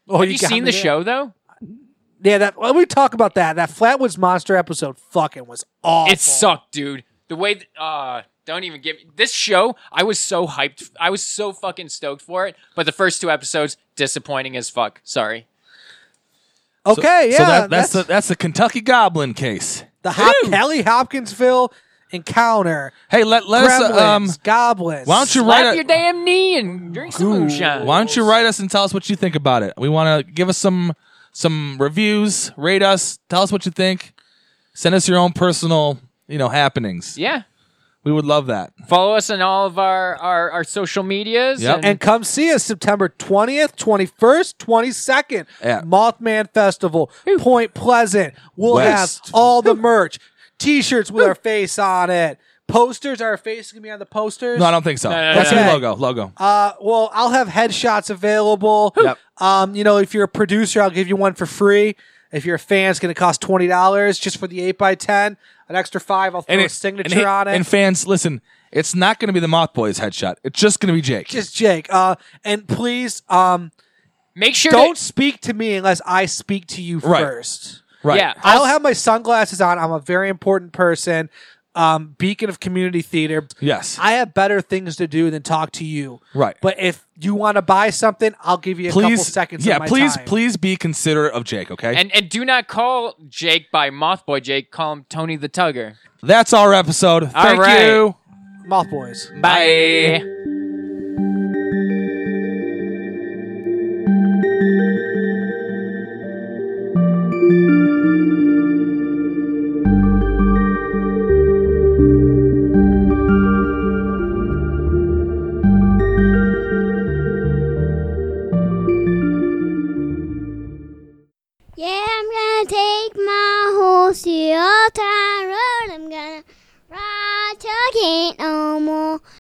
[SPEAKER 2] Oh,
[SPEAKER 4] Have you, seen the show though?
[SPEAKER 2] Yeah, that. Well, we talk about that. That Flatwoods Monster episode fucking was awful.
[SPEAKER 4] It sucked, dude. The way th- uh don't even give me this show. I was so hyped. I was so fucking stoked for it. But the first two episodes disappointing as fuck. Sorry.
[SPEAKER 2] Okay, yeah,
[SPEAKER 3] So that, that's,
[SPEAKER 2] that's,
[SPEAKER 3] the that's the Kentucky Goblin case.
[SPEAKER 2] the Hop-
[SPEAKER 4] Ew.
[SPEAKER 2] Kelly Hopkinsville encounter.
[SPEAKER 3] Hey, let let us uh, um.
[SPEAKER 2] Gremlins, goblins.
[SPEAKER 3] Why don't you
[SPEAKER 4] Slap
[SPEAKER 3] write
[SPEAKER 4] your
[SPEAKER 3] a,
[SPEAKER 4] damn knee and drink some moonshine.
[SPEAKER 3] Why don't you write us and tell us what you think about it? We want to give us some some reviews, rate us, tell us what you think. Send us your own personal, you know, happenings.
[SPEAKER 4] Yeah.
[SPEAKER 3] We would love that.
[SPEAKER 4] Follow us on all of our our, our social medias.
[SPEAKER 3] Yep.
[SPEAKER 2] And come see us September 20th, 21st, 22nd.
[SPEAKER 3] Yeah.
[SPEAKER 2] Mothman Festival, Point Pleasant. We'll
[SPEAKER 3] West.
[SPEAKER 2] have all
[SPEAKER 4] [LAUGHS]
[SPEAKER 2] the merch, t shirts with our face on it, posters. Our face going to be on the posters.
[SPEAKER 3] No, I don't think so.
[SPEAKER 4] No, no, no,
[SPEAKER 3] That's
[SPEAKER 4] no.
[SPEAKER 3] your
[SPEAKER 2] Okay.
[SPEAKER 3] logo. Logo.
[SPEAKER 2] Uh, well, I'll have headshots available.
[SPEAKER 3] Yep.
[SPEAKER 2] Um, you know, if you're a producer, I'll give you one for free. If you're a fan, it's going to cost twenty dollars just for the eight by ten. An extra five, I'll throw a
[SPEAKER 3] it-
[SPEAKER 2] signature
[SPEAKER 3] and
[SPEAKER 2] on it.
[SPEAKER 3] And fans, listen, it's not going to be the Moth Boys headshot. It's just going to be Jake.
[SPEAKER 2] just Jake. Uh, and please, um,
[SPEAKER 4] Make sure
[SPEAKER 2] don't
[SPEAKER 4] to,
[SPEAKER 2] speak to me unless I speak to you
[SPEAKER 3] Right.
[SPEAKER 2] first.
[SPEAKER 3] right.
[SPEAKER 4] Yeah.
[SPEAKER 2] I'll have my sunglasses on. I'm a very important person. Um, beacon of community theater.
[SPEAKER 3] Yes.
[SPEAKER 2] I have better things to do than talk to you.
[SPEAKER 3] Right.
[SPEAKER 2] But if you want to buy something, I'll give you a couple
[SPEAKER 3] please.
[SPEAKER 2] seconds. of
[SPEAKER 3] yeah.
[SPEAKER 2] my
[SPEAKER 3] Please.
[SPEAKER 2] time.
[SPEAKER 3] Please be considerate of Jake. Okay.
[SPEAKER 4] and and do not call Jake by Mothboy Jake. Call him Tony the Tugger.
[SPEAKER 3] That's our episode. Thank
[SPEAKER 4] right.
[SPEAKER 3] you.
[SPEAKER 2] Moth Boys.
[SPEAKER 4] Bye.
[SPEAKER 5] Yeah, I'm gonna take my horse to the old town road. I'm gonna ride till I can't no more.